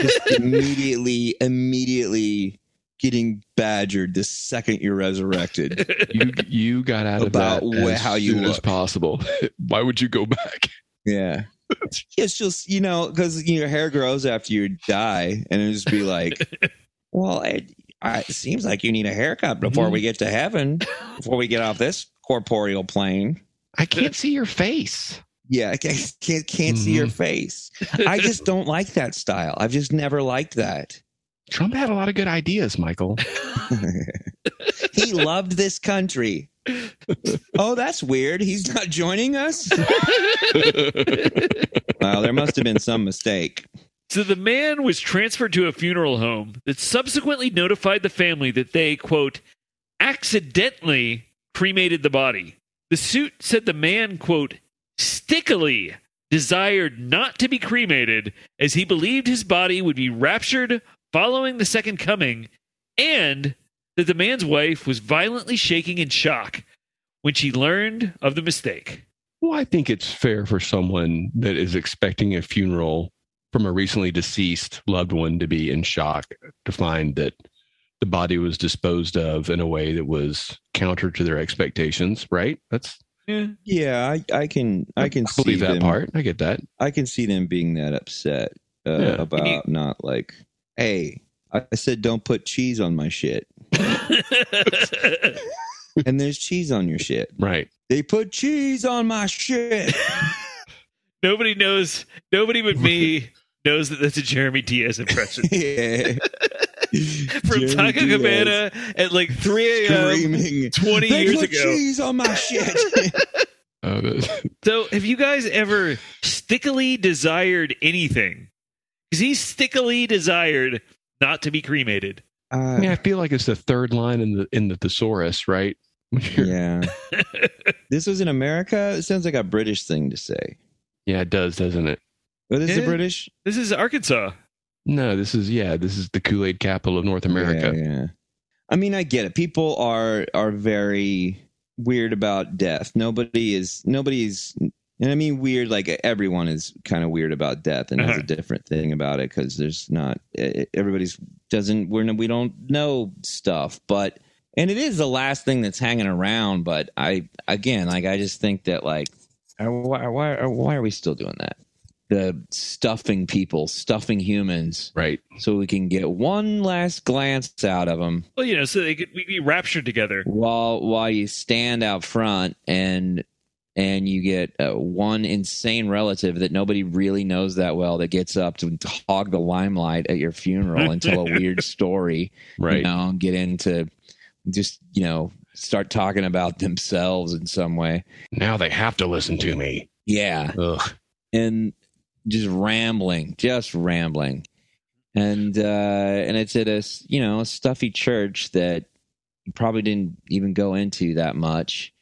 Speaker 3: just immediately, immediately getting badgered the second you're resurrected.
Speaker 1: You you got out
Speaker 3: About
Speaker 1: of that
Speaker 3: wh-
Speaker 1: as
Speaker 3: how you
Speaker 1: soon as
Speaker 3: look.
Speaker 1: possible. Why would you go back?
Speaker 3: Yeah. It's just, you know, because your hair grows after you die, and it'll just be like, well, it, I, it seems like you need a haircut before we get to heaven, before we get off this corporeal plane.
Speaker 1: I can't see your face.
Speaker 3: Yeah, I can't can't, can't see your face. I just don't like that style. I've just never liked that.
Speaker 1: Trump had a lot of good ideas, Michael.
Speaker 3: he loved this country. oh, that's weird. He's not joining us. Wow, there must have been some mistake.
Speaker 2: So the man was transferred to a funeral home that subsequently notified the family that they, quote, accidentally cremated the body. The suit said the man, quote, stickily desired not to be cremated as he believed his body would be raptured following the second coming and that the man's wife was violently shaking in shock when she learned of the mistake.
Speaker 1: Well, I think it's fair for someone that is expecting a funeral from a recently deceased loved one to be in shock to find that the body was disposed of in a way that was counter to their expectations, right? That's
Speaker 3: Yeah, I, I can I can see
Speaker 1: believe that
Speaker 3: them-
Speaker 1: part. I get that.
Speaker 3: I can see them being that upset uh,
Speaker 1: Yeah.
Speaker 3: about not like, hey, I I said don't put cheese on my shit, and there's cheese on your shit.
Speaker 1: Right.
Speaker 3: They put cheese on my shit.
Speaker 2: Nobody knows. Nobody but me knows that that's a Jeremy Diaz impression
Speaker 3: yeah.
Speaker 2: from
Speaker 3: Jeremy
Speaker 2: Taco
Speaker 3: Diaz
Speaker 2: Cabana at like 3 a.m.
Speaker 3: screaming.
Speaker 2: 20
Speaker 3: They
Speaker 2: years
Speaker 3: put
Speaker 2: ago.
Speaker 3: cheese on my shit.
Speaker 1: Uh, the-
Speaker 2: So, have you guys ever stickily desired anything? Because he stickily desired not to be cremated.
Speaker 1: I mean,
Speaker 3: Uh,
Speaker 1: I feel like it's the third line in the in the thesaurus, right? When you're-
Speaker 3: yeah. this was in America. It sounds like a British thing to say.
Speaker 1: yeah, it does, doesn't it?
Speaker 3: Oh, this is
Speaker 2: Yeah.
Speaker 3: a British
Speaker 2: This is Arkansas.
Speaker 1: No, this is yeah, this is the Kool Aid capital of North America.
Speaker 3: Yeah, yeah. I mean, I get it. People are are very weird about death. Nobody is nobody's and I mean weird like everyone is kind of weird about death and has
Speaker 2: Uh-huh.
Speaker 3: a different thing about it cuz there's not eh, everybody's doesn't we're no- we don't know stuff, but and it is the last thing that's hanging around, but I again, like I just think that like uh, why why why are we still doing that? The stuffing people, stuffing humans
Speaker 1: Right.
Speaker 3: so we can get one last glance out of them
Speaker 2: Well, you know, so they could we be raptured together.
Speaker 3: while while you stand out front and and you get uh, one insane relative that nobody really knows that well that gets up to hog the limelight at your funeral and tell a weird story
Speaker 1: Right.
Speaker 3: you know and get into just you know start talking about themselves in some way
Speaker 1: Now they have to listen to me.
Speaker 3: yeah
Speaker 1: Ugh.
Speaker 3: and just rambling, just rambling. And uh and it's at a s- you know a stuffy church that you probably didn't even go into that much.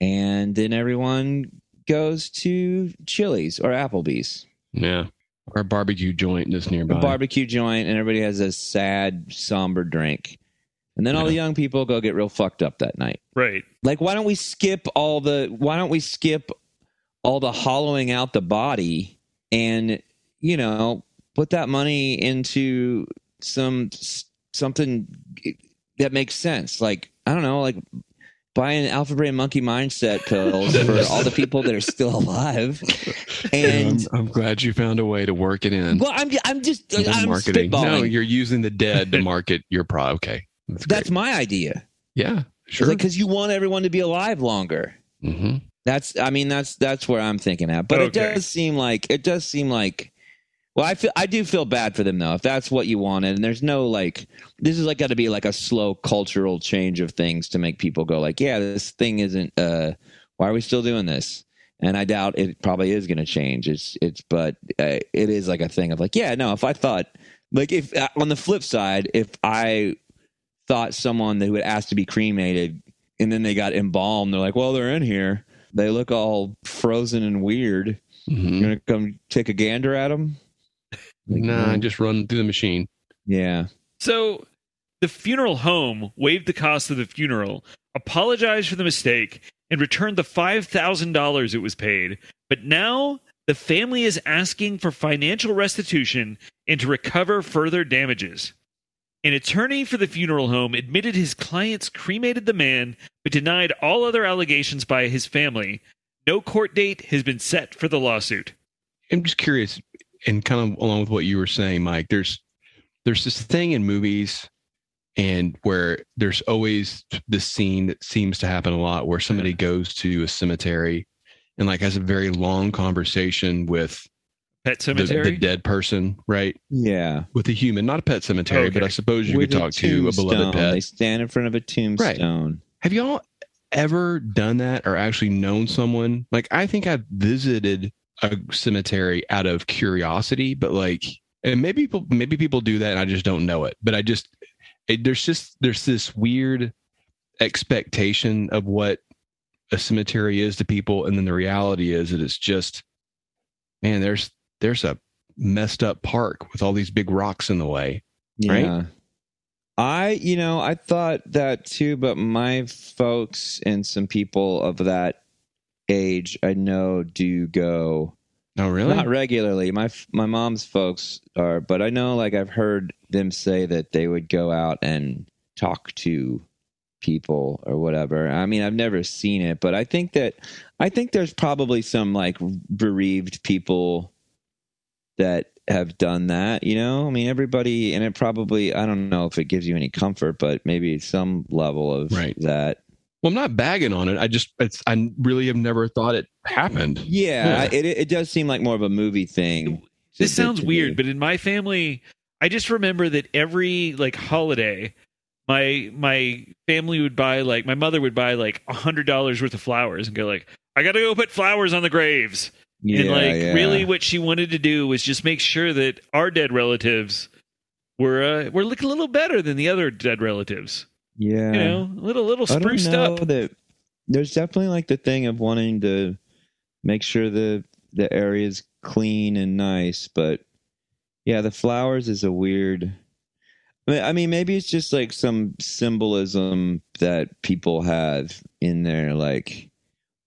Speaker 3: And then everyone goes to Chili's or Applebee's,
Speaker 1: Yeah. Or a barbecue joint that's
Speaker 3: a
Speaker 1: nearby.
Speaker 3: barbecue joint, and everybody has a sad, somber drink. And then all the young people go get real fucked up that night.
Speaker 2: Right.
Speaker 3: Like, why don't we skip all the? Why don't we skip all the hollowing out the body and you know put that money into some something that makes sense? Like, I don't know, like buying alpha brain monkey mindset pills for all the people that are still alive and.
Speaker 1: I'm, I'm glad you found a way to work it in.
Speaker 3: Well, I'm I'm just
Speaker 1: Good
Speaker 3: I'm
Speaker 1: marketing. No,
Speaker 3: spitballing.
Speaker 1: you're using the dead to market your pro. Okay. That's, great.
Speaker 3: That's my idea.
Speaker 1: yeah.
Speaker 3: Sure.
Speaker 1: Sure.
Speaker 3: because you want everyone to be alive longer.
Speaker 1: hmm
Speaker 3: That's I mean that's that's where I'm thinking at. But it
Speaker 2: Okay.
Speaker 3: does seem like it does seem like well I feel I do feel bad for them though if that's what you wanted and there's no like this is like got to be like a slow cultural change of things to make people go like yeah this thing isn't uh why are we still doing this and I doubt it probably is going to change it's it's but uh, it is like a thing of like yeah no if I thought like if uh, on the flip side if I thought someone who had asked to be cremated and then they got embalmed they're like well they're in here they look all frozen and weird. You
Speaker 1: hmm
Speaker 3: gonna come take a gander at them?
Speaker 1: Nah, just run through the machine.
Speaker 3: Yeah,
Speaker 2: So the funeral home waived the cost of the funeral, apologized for the mistake, and returned the $5,000 it was paid. But now The family is asking for financial restitution and to recover further damages. An attorney for the funeral home admitted his clients cremated the man, but denied all other allegations by his family. No court date has been set for the lawsuit.
Speaker 1: I'm just curious, and kind of along with what you were saying, Mike. There's there's this thing in movies, and where there's always this scene that seems to happen a lot, where somebody goes to a cemetery, and like has a very long conversation with
Speaker 2: Pet
Speaker 1: the, the
Speaker 2: cemetery.
Speaker 1: dead person, right?
Speaker 3: Yeah.
Speaker 1: With a human, not a pet cemetery, but
Speaker 2: Okay.
Speaker 1: I suppose you
Speaker 3: With
Speaker 1: could talk to a
Speaker 3: tombstone.
Speaker 1: beloved pet.
Speaker 3: They stand in front of a tombstone.
Speaker 1: Have y'all ever done that or actually known someone? Like, I think I visited a cemetery out of curiosity, but like, and maybe people, maybe people do that and I just don't know it. But I just, it, there's just, there's this weird expectation of what a cemetery is to people. And then the reality is that it's just, man, there's, there's a messed up park with all these big rocks in the way. Right?
Speaker 3: Yeah. I, you know, I thought that too, but my folks and some people of that age I know do go
Speaker 1: Oh, really?
Speaker 3: not regularly. My f- my mom's folks are, but I know like I've heard them say that they would go out and talk to people or whatever. I mean, I've never seen it, but I think that I think there's probably some like bereaved people that have done that, you know? I mean, everybody and it probably I don't know if it gives you any comfort, but maybe some level of
Speaker 1: Right.
Speaker 3: that.
Speaker 1: Well, I'm not bagging on it. I just, it's, I really have never thought it happened.
Speaker 3: Yeah,
Speaker 1: Yeah.
Speaker 3: It it it does seem like more of a movie thing.
Speaker 2: This
Speaker 3: to-
Speaker 2: sounds
Speaker 3: to me.
Speaker 2: weird, but in my family, I just remember that every like holiday, my my family would buy like my mother would buy like a hundred dollars worth of flowers and go like, I gotta go put flowers on the graves. and
Speaker 3: Yeah,
Speaker 2: like
Speaker 3: yeah.
Speaker 2: really what she wanted to do was just make sure that our dead relatives were uh, were looking a little better than the other dead relatives.
Speaker 3: Yeah.
Speaker 2: You know, a little little
Speaker 3: I don't
Speaker 2: spruced
Speaker 3: know
Speaker 2: up.
Speaker 3: That there's definitely like the thing of wanting to make sure the the area's clean and nice, but yeah, the flowers is a weird. I mean- I mean, maybe it's just like some symbolism that people have in there, like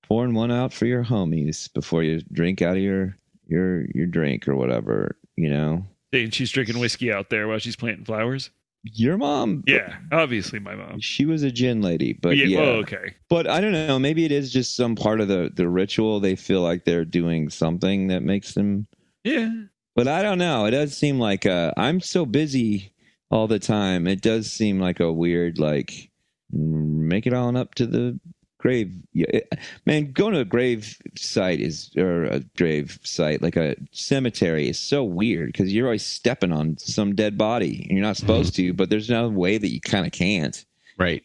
Speaker 3: pouring one out for your homies before you drink out of your your your drink or whatever. You know,
Speaker 2: And she's drinking whiskey out there while she's planting flowers.
Speaker 3: your mom.
Speaker 2: Yeah, obviously my mom.
Speaker 3: She was a gin lady, but
Speaker 2: yeah,
Speaker 3: yeah,
Speaker 2: Oh, okay.
Speaker 3: But I don't know. Maybe it is just some part of the the ritual. They feel like they're doing something that makes them.
Speaker 2: Yeah.
Speaker 3: But I don't know. It does seem like uh, I'm so busy all the time. It does seem like a weird like make it on up to the grave. Yeah, it- man, going to a grave site is or a grave site like a cemetery is so weird because you're always stepping on some dead body and you're not supposed to. But there's no way that you kind of can't.
Speaker 1: Right.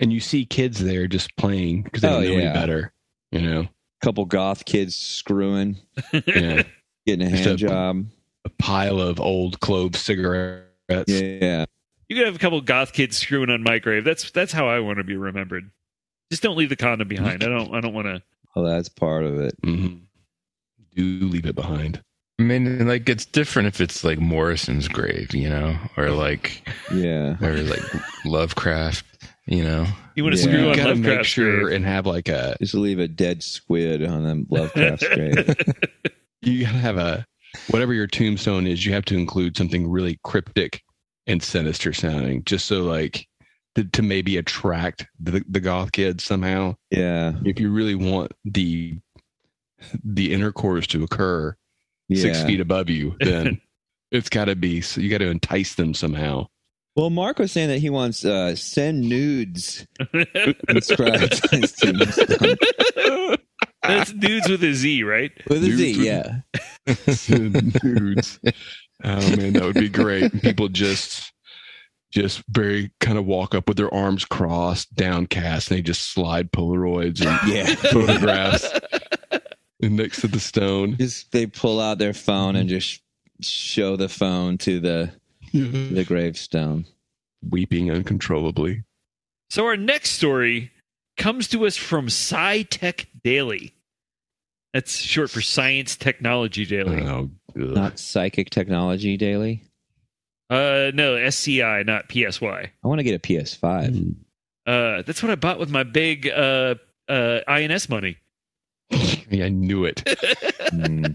Speaker 1: And you see kids there just playing because they
Speaker 3: Oh,
Speaker 1: don't know
Speaker 3: yeah.
Speaker 1: any better. You know,
Speaker 3: Couple goth kids screwing.
Speaker 1: yeah.
Speaker 3: getting a
Speaker 1: Just
Speaker 3: hand
Speaker 1: a-
Speaker 3: job.
Speaker 1: a pile of old clove cigarettes.
Speaker 3: Yeah.
Speaker 2: You could have a couple goth kids screwing on my grave. That's that's how I want to be remembered. Just don't leave the condom behind. I don't I don't want to.
Speaker 3: Well, that's part of it.
Speaker 1: Mhm. Do leave it behind.
Speaker 5: I mean, like it's different if it's like Morrison's grave, you know, or like
Speaker 3: Yeah.
Speaker 5: or like Lovecraft, you know.
Speaker 2: You want to
Speaker 3: Yeah.
Speaker 1: You
Speaker 2: screw on
Speaker 1: gotta make
Speaker 2: Lovecraft's
Speaker 1: sure
Speaker 2: grave.
Speaker 1: and have like a.
Speaker 3: Just leave a dead squid on them Lovecraft's grave.
Speaker 1: You gotta have a whatever your tombstone is. You have to include something really cryptic and sinister sounding, just so like to, to maybe attract the, the goth kids somehow.
Speaker 3: Yeah.
Speaker 1: If you really want the the intercourse to occur,
Speaker 3: Yeah.
Speaker 1: six feet above you, then it's got to be. So you got to entice them somehow.
Speaker 3: Well, Mark was saying that he wants uh, send nudes inscribed on his
Speaker 1: Oh,
Speaker 3: tombstone.
Speaker 2: That's dudes with a Z, right?
Speaker 3: with a Z.
Speaker 1: Nudes with-
Speaker 3: Yeah.
Speaker 1: Dudes. Oh man, that would be great. People just just very kind of walk up with their arms crossed, downcast, and they just slide Polaroids and
Speaker 3: Yeah.
Speaker 1: photographs in next to the stone.
Speaker 3: Just they pull out their phone and just show the phone to the the gravestone.
Speaker 1: Weeping uncontrollably.
Speaker 2: So our next story comes to us from SciTech Daily. That's short for Science Technology Daily.
Speaker 1: Oh, ugh.
Speaker 3: Not psychic technology daily.
Speaker 2: Uh, no, SCI, not PSY.
Speaker 3: I want to get a PS5.
Speaker 2: Uh, that's what I bought with my big uh, uh, INS money.
Speaker 1: Yeah, I knew it.
Speaker 3: Mm.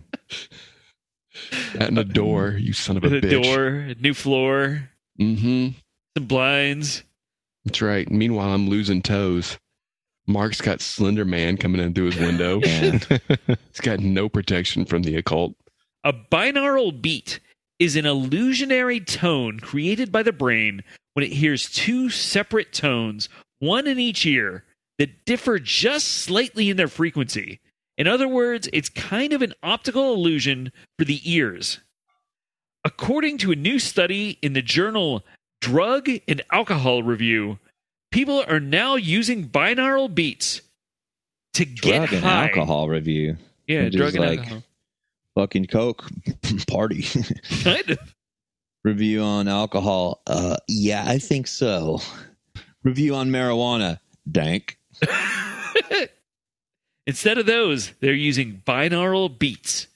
Speaker 1: That and a door, you son of a
Speaker 2: The
Speaker 1: bitch.
Speaker 2: door, a new floor,
Speaker 1: Mm-hmm.
Speaker 2: some blinds.
Speaker 1: That's right. Meanwhile, I'm losing toes. Mark's got Slender Man coming in through his window.
Speaker 3: Yeah.
Speaker 1: He's got no protection from the occult.
Speaker 2: A binaural beat is an illusionary tone created by the brain when it hears two separate tones, one in each ear, that differ just slightly in their frequency. In other words, it's kind of an optical illusion for the ears. According to a new study in the journal Drug and Alcohol Review, people are now using binaural beats to get
Speaker 3: Drug and
Speaker 2: high.
Speaker 3: alcohol review.
Speaker 2: Yeah,
Speaker 3: Which is
Speaker 2: drug and
Speaker 3: like-
Speaker 2: alcohol.
Speaker 3: Fucking Coke party.
Speaker 2: Kind of.
Speaker 3: Review on alcohol. Uh, yeah, I think so. Review on marijuana. Dank.
Speaker 2: Instead of those, they're using binaural beats.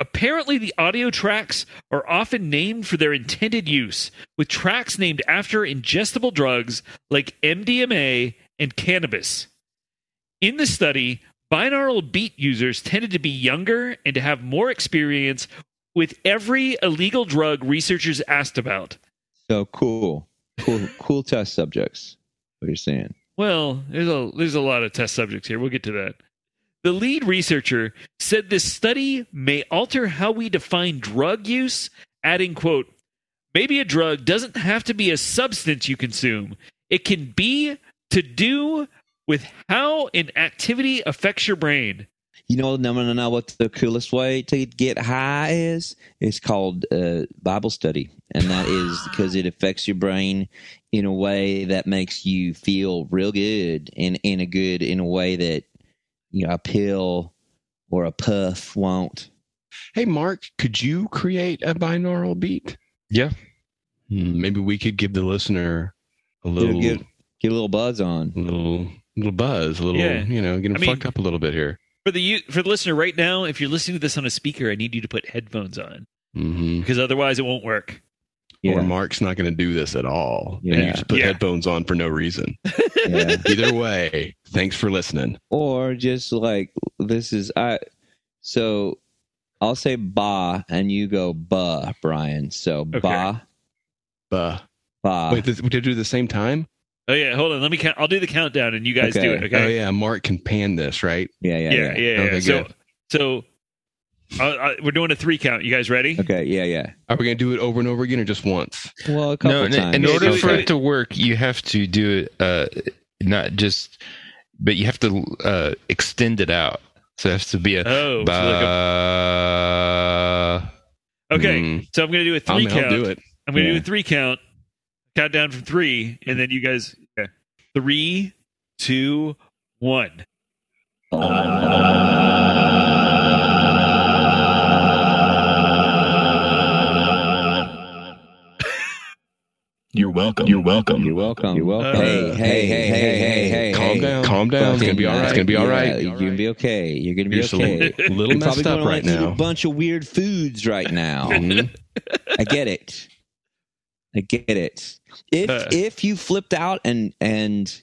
Speaker 2: Apparently, the audio tracks are often named for their intended use, with tracks named after ingestible drugs like MDMA and cannabis. In the study, binaural beat users tended to be younger and to have more experience with every illegal drug researchers asked about.
Speaker 3: So cool. Cool, cool test subjects. What you're saying.
Speaker 2: Well, there's a there's a lot of test subjects here. We'll get to that. The lead researcher said this study may alter how we define drug use, adding quote, maybe a drug doesn't have to be a substance you consume. It can be to do with how an activity affects your brain.
Speaker 3: You know, no, no, no. What the coolest way to get high is? It's called uh, Bible study, and that is because it affects your brain in a way that makes you feel real good, and in a good in a way that you know a pill or a puff won't.
Speaker 1: Hey, Mark, could you create a binaural beat?
Speaker 5: Yeah.
Speaker 1: Hmm, Maybe we could give the listener a little,
Speaker 3: Get, get, get a little buzz on.
Speaker 1: little, little buzz, a little,
Speaker 2: Yeah.
Speaker 1: you know, get them
Speaker 2: I mean-
Speaker 1: fucked up a little bit here.
Speaker 2: For the u- for the listener right now, if you're listening to this on a speaker, I need you to put headphones on
Speaker 1: hmm
Speaker 2: because otherwise it won't work.
Speaker 1: Or
Speaker 3: Yeah,
Speaker 1: Mark's not going to do this at all, and
Speaker 3: Yeah.
Speaker 1: you just put
Speaker 2: Yeah.
Speaker 1: headphones on for no reason.
Speaker 3: yeah.
Speaker 1: Either way, thanks for listening.
Speaker 3: or just like this is I. So I'll say ba, and you go ba, Brian. So ba
Speaker 1: Buh.
Speaker 3: ba.
Speaker 1: Wait, this, we did do it at the same time?
Speaker 2: Oh yeah, hold on. Let me count. I'll do the countdown, and you guys do it.
Speaker 3: Okay.
Speaker 2: Okay.
Speaker 1: Oh yeah, Mark can pan this, right?
Speaker 3: yeah, yeah,
Speaker 2: yeah,
Speaker 3: yeah.
Speaker 2: yeah. yeah.
Speaker 1: Okay,
Speaker 2: so,
Speaker 1: good.
Speaker 2: so uh, uh, we're doing a three count. You guys ready?
Speaker 3: Okay, yeah, yeah.
Speaker 1: Are we going to do it over and over again, or just once?
Speaker 3: Well, a
Speaker 5: No,
Speaker 3: couple
Speaker 5: in,
Speaker 3: times.
Speaker 5: in
Speaker 2: Yeah,
Speaker 5: order
Speaker 2: do it-
Speaker 5: for
Speaker 2: do it.
Speaker 5: it to work, you have to do it uh, not just, but you have to uh, extend it out. So it has to be a.
Speaker 2: Oh, so like
Speaker 5: ba-
Speaker 2: a- okay.
Speaker 1: Mm.
Speaker 2: So I'm gonna do a 3
Speaker 1: I mean,
Speaker 2: count.
Speaker 1: I'll do it.
Speaker 2: I'm gonna do
Speaker 3: Yeah.
Speaker 2: a three count. Count down from three, and then you guys. Okay. Three, two, one.
Speaker 6: You're welcome. You're welcome.
Speaker 7: You're welcome.
Speaker 3: You're welcome. Hey,
Speaker 2: Uh,
Speaker 3: hey, hey, hey, hey, hey.
Speaker 1: Calm
Speaker 3: hey.
Speaker 1: down. Calm down. It's going to
Speaker 3: Fucking,
Speaker 1: be all right. It's going to be all
Speaker 3: yeah,
Speaker 1: right.
Speaker 3: You're gonna be okay. You're gonna be
Speaker 1: You're just a
Speaker 3: okay.
Speaker 1: little, little
Speaker 3: You're probably
Speaker 1: messed up
Speaker 3: gonna
Speaker 1: right
Speaker 3: wanna Eat a
Speaker 1: now.
Speaker 3: bunch of weird foods right now.
Speaker 1: Mhm.
Speaker 3: I get it. I get it. If
Speaker 2: Uh.
Speaker 3: if you flipped out and and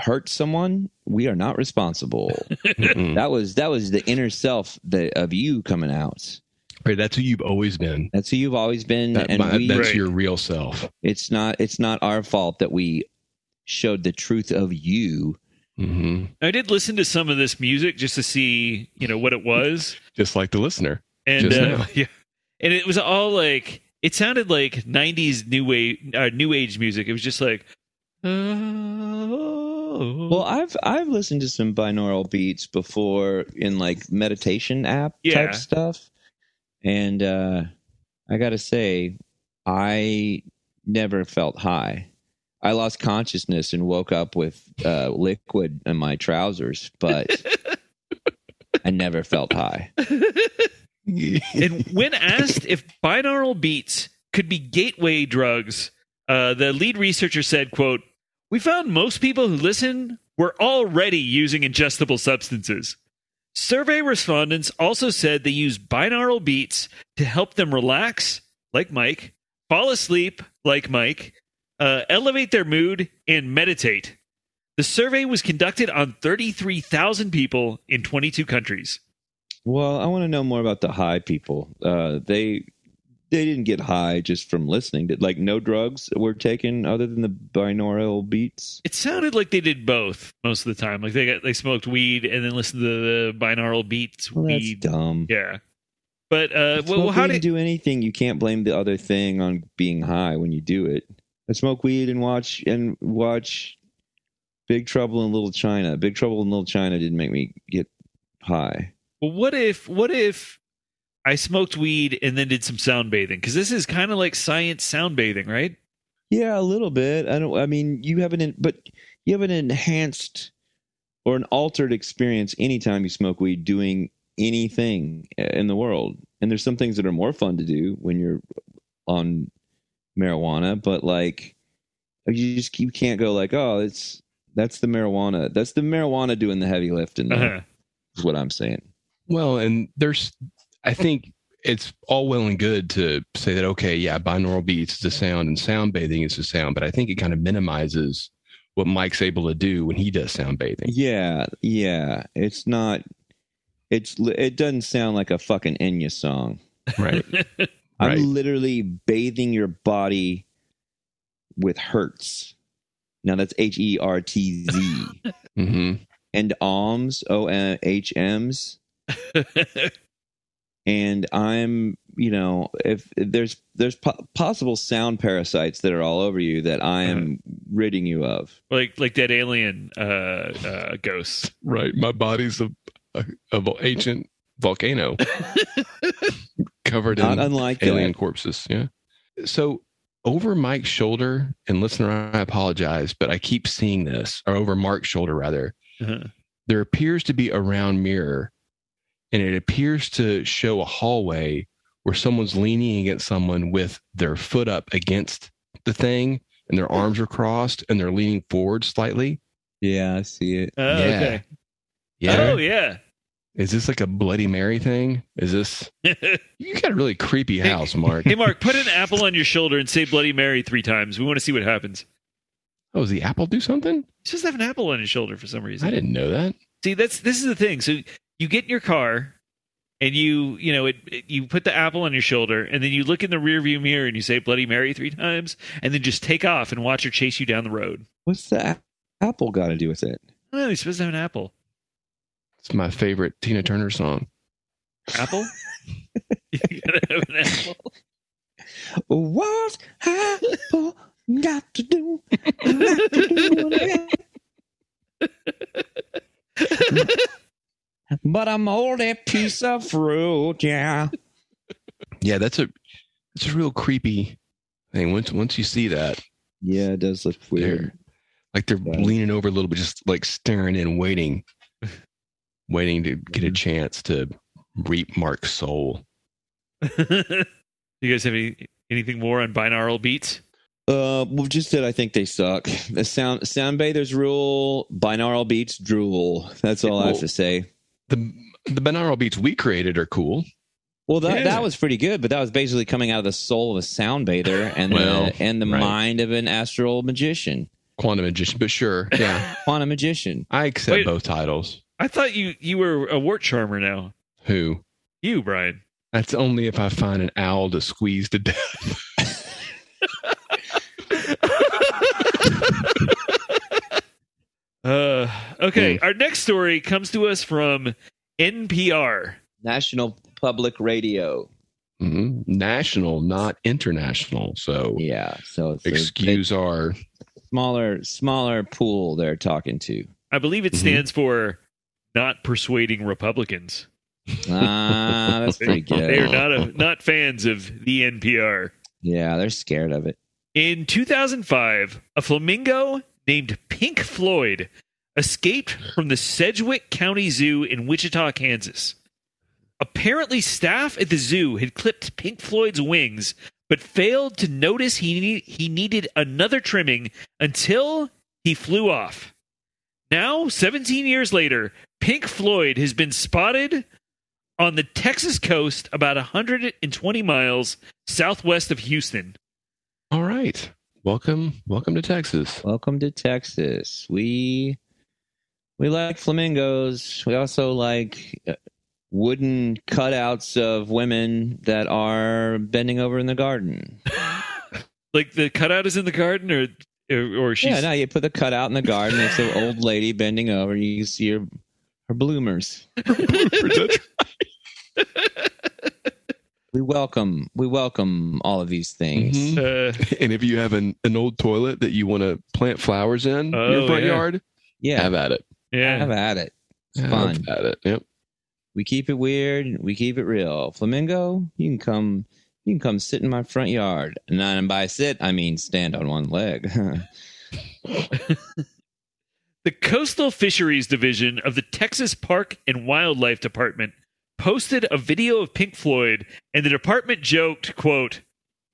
Speaker 3: hurt someone, we are not responsible.
Speaker 1: Mhm.
Speaker 3: that was that was the inner self that, of you coming out.
Speaker 1: Right, that's who you've always been.
Speaker 3: That's who you've always been,
Speaker 1: That-
Speaker 3: and
Speaker 1: my-
Speaker 3: we
Speaker 1: that's
Speaker 2: Right.
Speaker 1: your real self.
Speaker 3: it's not it's not our fault that we showed the truth of you.
Speaker 1: hmm
Speaker 2: I did listen to some of this music just to see, you know, what it was,
Speaker 1: Just like the listener.
Speaker 2: and
Speaker 1: Just
Speaker 2: uh,
Speaker 1: now.
Speaker 2: yeah, and it was all like it sounded like '90s new wave, uh, new age music. It was just like, oh,
Speaker 3: Well, I've I've listened to some binaural beats before in like meditation app
Speaker 2: Yeah.
Speaker 3: type stuff. And uh I got to say I never felt high. I lost consciousness and woke up with uh liquid in my trousers, but I never felt high.
Speaker 2: and when asked if binaural beats could be gateway drugs, uh, the lead researcher said, "quote We found most people who listen were already using ingestible substances." Survey respondents also said they use binaural beats to help them relax, like Mike, fall asleep, like Mike, uh, elevate their mood, and meditate. The survey was conducted on 33,000 people in 22 countries.
Speaker 3: Well, I want to know more about the high people. Uh, they they didn't get high just from listening. Did like no drugs were taken other than the binaural beats?
Speaker 2: It sounded like they did both most of the time. Like they got they smoked weed and then listened to the binaural beats
Speaker 3: Well, that's
Speaker 2: weed.
Speaker 3: dumb.
Speaker 2: Yeah. But uh
Speaker 3: Smoke
Speaker 2: well, how
Speaker 3: weed and
Speaker 2: did
Speaker 3: do anything? You can't blame the other thing on being high when you do it. I smoke weed and watch and watch Big Trouble in Little China. Big Trouble in Little China didn't make me get high.
Speaker 2: Well, what if what if I smoked weed and then did some sound bathing? Because this is kind of like science sound bathing, right?
Speaker 3: Yeah, a little bit. I don't. I mean, you haven't, en- but you have an enhanced or an altered experience anytime you smoke weed doing anything in the world. And there's some things that are more fun to do when you're on marijuana, but like you just you can't go like, oh, it's that's the marijuana. That's the marijuana doing the heavy lifting. there,
Speaker 2: Uh-huh.
Speaker 3: Is what I'm saying.
Speaker 1: Well, and there's, I think it's all well and good to say that, okay, yeah, binaural beats is the sound and sound bathing is the sound, but I think it kind of minimizes what Mike's able to do when he does sound bathing.
Speaker 3: Yeah, yeah. It's not. It's li- it doesn't sound like a fucking Enya song.
Speaker 1: Right. Right.
Speaker 3: I'm literally bathing your body with hertz. Now that's H E R T Z.
Speaker 1: hmm
Speaker 3: and alms, O H M's.
Speaker 2: Uh-huh.
Speaker 3: And I'm, you know, if, if there's there's po- possible sound parasites that are all over you that I am ridding you of.
Speaker 2: like like that alien uh, uh, ghost.
Speaker 1: Right. My body's a, a, a vol- ancient volcano covered in
Speaker 3: Not unlike uh,
Speaker 1: alien
Speaker 3: that.
Speaker 1: corpses. Yeah. So over Mike's shoulder, and listener, I apologize, but I keep seeing this, or over Mark's shoulder rather.
Speaker 2: Uh-huh.
Speaker 1: there appears to be a round mirror and it appears to show a hallway where someone's leaning against someone with their foot up against the thing and their arms are crossed and they're leaning forward slightly.
Speaker 3: Yeah, I see it.
Speaker 2: Oh,
Speaker 1: Yeah.
Speaker 2: okay. Oh yeah.
Speaker 1: Is this like a Bloody Mary thing? Is this.
Speaker 2: hey
Speaker 1: You got a really creepy house, Mark.
Speaker 2: Mark, put an apple on your shoulder and say Bloody Mary three times. We want to see what happens.
Speaker 1: Oh, does the apple do something?
Speaker 2: He just have an apple on his shoulder for some reason.
Speaker 1: I didn't know that.
Speaker 2: See, that's this is the thing. So you get in your car and you you know it, it- you put the apple on your shoulder and then you look in the rearview mirror and you say bloody mary three times and then just take off and watch her chase you down the road.
Speaker 3: What's the a- apple got to do with it?
Speaker 2: Oh, you're supposed to have an apple.
Speaker 1: It's my favorite Tina Turner song.
Speaker 2: Apple? you gotta have an apple.
Speaker 3: What's apple got to do? Got to do with it? but I'm old a piece of fruit, yeah.
Speaker 1: Yeah, that's a that's a real creepy thing. Once once you see that,
Speaker 3: Yeah, it does look
Speaker 1: They're- like they're
Speaker 3: Yeah.
Speaker 1: leaning over a little bit, just like staring and waiting, waiting to get a chance to reap Mark's soul.
Speaker 2: you guys have any anything more on binaural beats?
Speaker 3: Uh, well, just that I think they suck. The sound soundbathers rule, binaural beats drool. That's all I have to say.
Speaker 1: The the binaural beats we created are cool.
Speaker 3: Well, that,
Speaker 1: Yeah.
Speaker 3: that was pretty good, but that was basically coming out of the soul of a soundbather and
Speaker 1: Well,
Speaker 3: the, and the
Speaker 1: right.
Speaker 3: mind of an astral magician,
Speaker 1: Quantum magician, but sure, yeah,
Speaker 3: quantum magician.
Speaker 1: I accept
Speaker 2: Wait.
Speaker 1: both titles.
Speaker 2: I thought you you were a wart charmer now.
Speaker 1: Who?
Speaker 2: You, Brian.
Speaker 1: That's only if I find an owl to squeeze to death.
Speaker 2: Uh, okay, our next story comes to us from NPR.
Speaker 3: National Public Radio.
Speaker 1: Mhm. National, not international. So
Speaker 3: Yeah, so it's
Speaker 1: excuse our
Speaker 3: a smaller smaller pool they're talking to.
Speaker 2: I believe it
Speaker 1: Mhm.
Speaker 2: stands for not persuading Republicans.
Speaker 3: Ah, that's pretty
Speaker 2: They are
Speaker 3: good.
Speaker 2: not a, not fans of the NPR.
Speaker 3: Yeah, they're scared of it.
Speaker 2: In 2005, a flamingo named Pink Floyd escaped from the Sedgwick County Zoo in Wichita, Kansas. Apparently, staff at the zoo had clipped Pink Floyd's wings, but failed to notice he, need, he needed another trimming until he flew off. Now, 17 years later, Pink Floyd has been spotted on the Texas coast about 120 miles southwest of Houston.
Speaker 1: all right. Welcome, welcome to Texas.
Speaker 3: Welcome to Texas. We we like flamingos. We also like uh, wooden cutouts of women that are bending over in the garden.
Speaker 2: Like the cutout is in the garden, or or, or she's
Speaker 3: yeah, no, you put the cutout in the garden. It's an old lady bending over. You can see her her bloomers. We welcome we welcome all of these things.
Speaker 1: Mhm.
Speaker 2: uh,
Speaker 1: And if you have an, an old toilet that you want to plant flowers in
Speaker 2: Oh,
Speaker 1: your front
Speaker 2: yeah.
Speaker 1: yard,
Speaker 3: Yeah,
Speaker 1: have at it.
Speaker 3: have
Speaker 2: yeah.
Speaker 3: at it. It's
Speaker 1: have
Speaker 3: fun.
Speaker 1: at it. Yep.
Speaker 3: We keep it weird. We keep it real. Flamingo, you can come. You can come sit in my front yard. And I- and by sit, I mean stand on one leg.
Speaker 2: The Coastal Fisheries Division of the Texas Park and Wildlife Department posted a video of Pink Floyd, and the department joked, quote,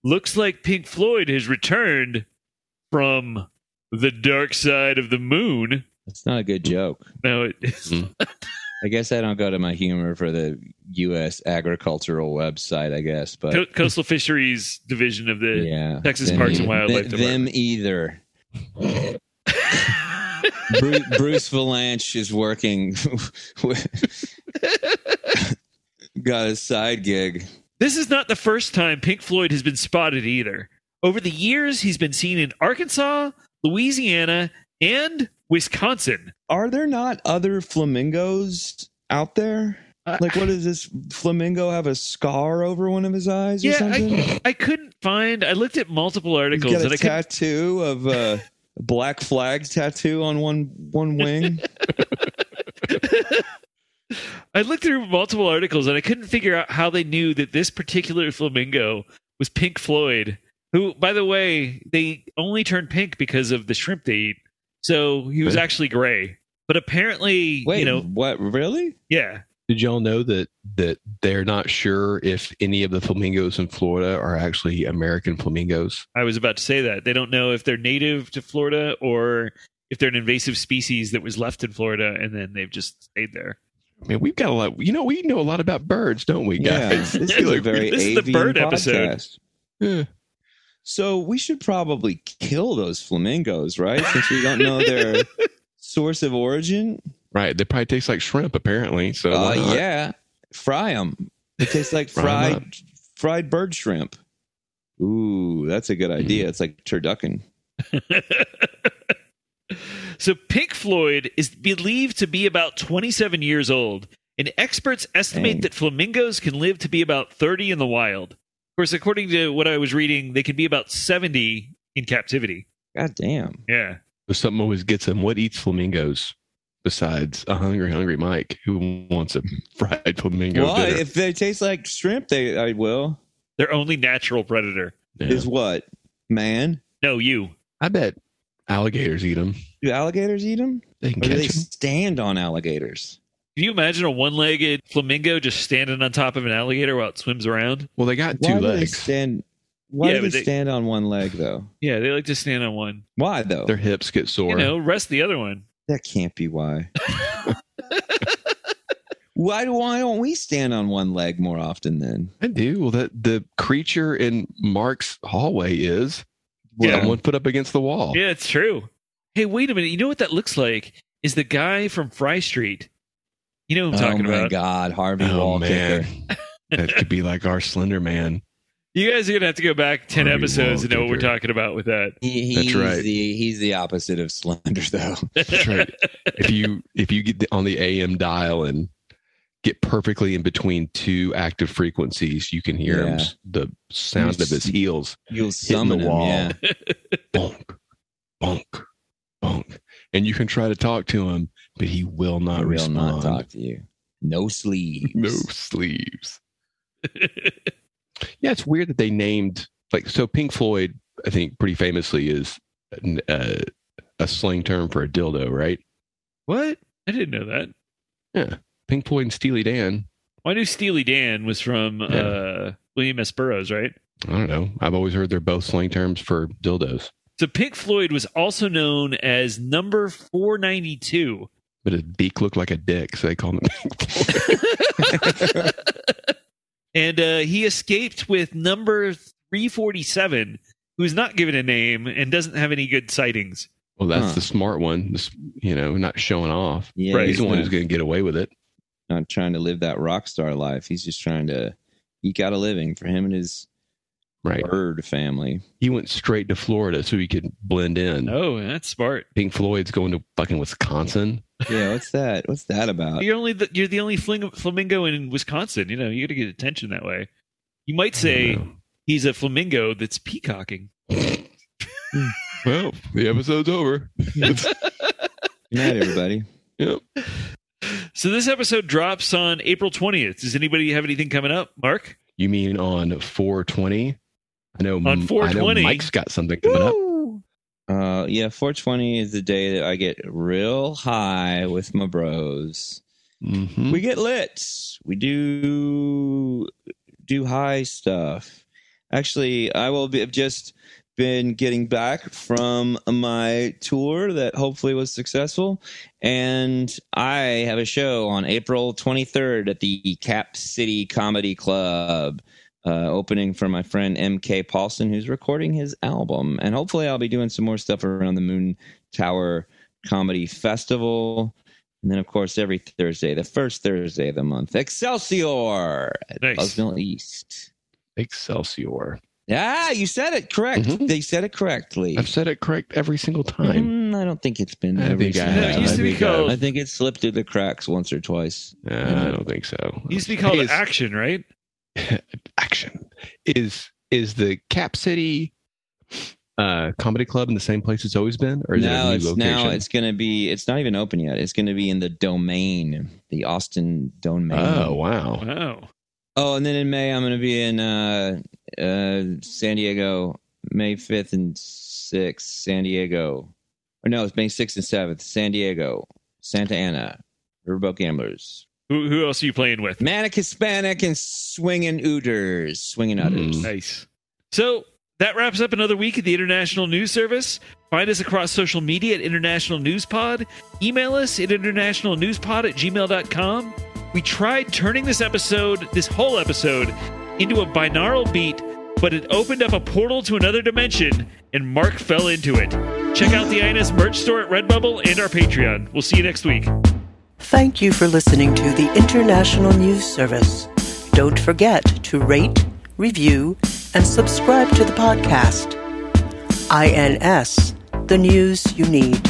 Speaker 2: Looks like Pink Floyd has returned from the dark side of the moon.
Speaker 3: That's not a good joke.
Speaker 2: No, it is.
Speaker 3: I guess I don't go to my humor for the U.S. agricultural website. I guess, but
Speaker 2: Co- Coastal Fisheries Division of the.
Speaker 3: yeah,
Speaker 2: Texas Parks and
Speaker 3: e-
Speaker 2: Wildlife
Speaker 3: th- Them either. Bruce, Bruce Valanche is working. with- got a side gig.
Speaker 2: This is not the first time Pink Floyd has been spotted either. Over the years, he's been seen in Arkansas, Louisiana, and Wisconsin.
Speaker 3: Are there not other flamingos out there?
Speaker 2: Uh,
Speaker 3: Like, what does this flamingo have a scar over one of his eyes or
Speaker 2: Yeah,
Speaker 3: something?
Speaker 2: I, I couldn't find. I looked at multiple
Speaker 3: He's
Speaker 2: articles
Speaker 3: got
Speaker 2: and
Speaker 3: a
Speaker 2: I could.
Speaker 3: tattoo of uh, a black flag tattoo on one one wing.
Speaker 2: I looked through multiple articles and I couldn't figure out how they knew that this particular flamingo was Pink Floyd. Who, by the way, they only turned pink because of the shrimp they eat. So he was actually gray. But apparently,
Speaker 3: Wait,
Speaker 2: you know,
Speaker 3: what? Really?
Speaker 2: yeah,
Speaker 1: Did y'all know that that they're not sure if any of the flamingos in Florida are actually American flamingos?
Speaker 2: I was about to say that they don't know if they're native to Florida or if they're an invasive species that was left in Florida and then they've just stayed there.
Speaker 1: I mean, we've got a lot. You know, we know a lot about birds, don't we, guys?
Speaker 3: this is a
Speaker 1: Like,
Speaker 3: very
Speaker 2: this is the
Speaker 3: avian
Speaker 2: bird episode.
Speaker 3: podcast.
Speaker 1: yeah.
Speaker 3: So we should probably kill those flamingos, right? Since we don't know their source of origin.
Speaker 1: Right. They probably taste like shrimp, apparently. So
Speaker 3: Uh,
Speaker 1: why not?
Speaker 3: yeah, fry them. It tastes like
Speaker 1: Fry 'em
Speaker 3: fried fried bird shrimp. Ooh, that's a
Speaker 1: Hmm.
Speaker 3: good idea. It's like turducken.
Speaker 2: So Pink Floyd is believed to be about 27 years old, and experts estimate
Speaker 3: Dang.
Speaker 2: that flamingos can live to be about 30 in the wild. Of course, according to what I was reading, they can be about 70 in captivity.
Speaker 3: God damn.
Speaker 2: Yeah.
Speaker 1: But something always gets them. What eats flamingos besides a hungry, hungry Mike who wants a fried flamingo?
Speaker 3: well,
Speaker 1: dinner?
Speaker 3: if they taste like shrimp, they I will.
Speaker 2: Their only natural predator.
Speaker 1: Yeah.
Speaker 3: Is what man?
Speaker 2: No, you.
Speaker 1: I bet alligators eat them.
Speaker 3: Do alligators eat them,
Speaker 1: They can
Speaker 3: or do
Speaker 1: catch
Speaker 3: they
Speaker 1: 'em.
Speaker 3: stand on alligators?
Speaker 2: Can you imagine a one legged flamingo just standing on top of an alligator while it swims around?
Speaker 1: Well, they got
Speaker 3: Why
Speaker 1: Uh, two
Speaker 3: do they
Speaker 1: legs.
Speaker 3: stand? Why
Speaker 2: Yeah,
Speaker 3: do
Speaker 2: but
Speaker 3: they,
Speaker 2: they-
Speaker 3: stand on one leg though?
Speaker 2: Yeah, they like to stand on one.
Speaker 3: Why though?
Speaker 1: Their hips get sore.
Speaker 2: You know, rest the other one.
Speaker 3: That can't be why. why do why don't we stand on one leg more often then?
Speaker 1: I do. Well, that the creature in Mark's hallway is
Speaker 2: Yeah.
Speaker 1: someone put up against the
Speaker 3: Oh.
Speaker 1: wall.
Speaker 2: Yeah, it's true. Hey, wait a minute. You know what that looks like? Is the guy from Fry Street. You know who I'm talking
Speaker 3: oh my
Speaker 2: about.
Speaker 3: God, Harvey
Speaker 1: Oh
Speaker 3: Wall
Speaker 1: man,
Speaker 3: kicker.
Speaker 1: that could be like our Slender Man.
Speaker 2: You guys are gonna have to go back ten
Speaker 1: Harvey
Speaker 2: episodes to know what we're
Speaker 1: Wallkicker.
Speaker 2: talking about with that.
Speaker 3: He, he's
Speaker 1: That's right.
Speaker 3: The, he's the opposite of slender though.
Speaker 1: That's right. if you if you get on the AM dial and get perfectly in between two active frequencies, you can hear him
Speaker 3: Yeah.
Speaker 1: s- the sound of his heels
Speaker 3: You'll
Speaker 1: hitting
Speaker 3: summon
Speaker 1: the
Speaker 3: him.
Speaker 1: wall.
Speaker 3: Yeah.
Speaker 1: bonk, bonk, bonk, and you can try to talk to him, but he will not
Speaker 3: I will
Speaker 1: respond.
Speaker 3: not talk to you. No sleeves.
Speaker 1: No sleeves. yeah, it's weird that they named like so. Pink Floyd, I think, pretty famously is uh, a slang term for a dildo, right?
Speaker 2: what? I didn't know that.
Speaker 1: Pink Floyd and Steely Dan.
Speaker 2: Well, I knew Steely Dan was from uh, William S. Burroughs, right?
Speaker 1: I don't know. I've always heard they're both slang terms for dildos,
Speaker 2: So Pink Floyd was also known as number four ninety two.
Speaker 1: but his beak looked like a dick, so they called him Pink Floyd.
Speaker 2: and uh, he escaped with number 347, who's not given a name and doesn't have any good sightings.
Speaker 1: Well, that's
Speaker 3: Huh.
Speaker 1: the smart one. This, you know, not showing off.
Speaker 3: Yeah,
Speaker 2: Right.
Speaker 1: He's the one
Speaker 3: not-
Speaker 1: who's going to get away with it.
Speaker 3: not trying to live that rock star life. He's just trying to eke out a living for him and his
Speaker 1: Right.
Speaker 3: bird family.
Speaker 1: He went straight to Florida so he could blend in.
Speaker 2: Oh, that's smart.
Speaker 1: Pink Floyd's going to fucking Wisconsin.
Speaker 3: Yeah, what's that? What's that about?
Speaker 2: You're only the, you're the only fling, flamingo in Wisconsin. You know, you got to get attention that way. You might say he's a flamingo that's peacocking.
Speaker 1: Well, the episode's over.
Speaker 3: Good night, everybody.
Speaker 1: Yep.
Speaker 2: So this episode drops on April 20th. Does anybody have anything coming up, Mark?
Speaker 1: You mean on 420? I know. I know
Speaker 2: 420?
Speaker 1: Mike's got something coming up.
Speaker 3: Uh, yeah, 420 is the day that I get real high with my bros.
Speaker 1: Mhm.
Speaker 3: We get lit. We do do high stuff. Actually, I will be, have just been getting back from my tour that hopefully was successful, and I have a show on April 23rd at the Cap City Comedy Club. Uh, opening for my friend MK Paulson, who's recording his album. And hopefully, I'll be doing some more stuff around the Moon Tower Comedy Festival. And then, of course, every Thursday, the first Thursday of the month, Excelsior at
Speaker 2: Nice.
Speaker 3: Buzzville East.
Speaker 1: Excelsior.
Speaker 3: Yeah, you said it correct.
Speaker 1: Mhm.
Speaker 3: They said it correctly.
Speaker 1: I've said it correct every single time.
Speaker 3: Mm, I don't think it's been
Speaker 1: I
Speaker 3: every
Speaker 1: think I
Speaker 3: single
Speaker 1: have.
Speaker 2: No, it used to
Speaker 3: time.
Speaker 2: be called
Speaker 3: I think it slipped through the cracks once or twice.
Speaker 1: Uh, I don't think so.
Speaker 2: it used to be called
Speaker 1: Hey, is-
Speaker 2: Action, right?
Speaker 1: action is is the cap city uh comedy club in the same place it's always been or is it a
Speaker 3: No,
Speaker 1: new
Speaker 3: it's
Speaker 1: location
Speaker 3: now it's going to be. It's not even open yet. It's going to be in the domain, the Austin domain.
Speaker 1: oh wow
Speaker 2: Wow.
Speaker 3: Oh, and then in May I'm going to be in uh, uh, San Diego, May 5th and 6th, San Diego. Or no, it's May 6th and 7th, San Diego, Santa Ana, Riverboat Gamblers,
Speaker 2: Who, who else are you playing with?
Speaker 3: Manic Hispanic, and Swingin' Ooters, Swingin' Udders.
Speaker 1: Mm.
Speaker 2: Nice. So that wraps up another week at the International News Service. Find us across social media at International News Pod. Email us at internationalnewspod at gmail.com. We tried turning this episode, this whole episode, into a binaural beat, but it opened up a portal to another dimension, and Mark fell into it. Check out the INS merch store at Redbubble and our Patreon. We'll see you next week.
Speaker 8: Thank you for listening to the International News Service. Don't forget to rate, review, and subscribe to the podcast. INS, the news you need.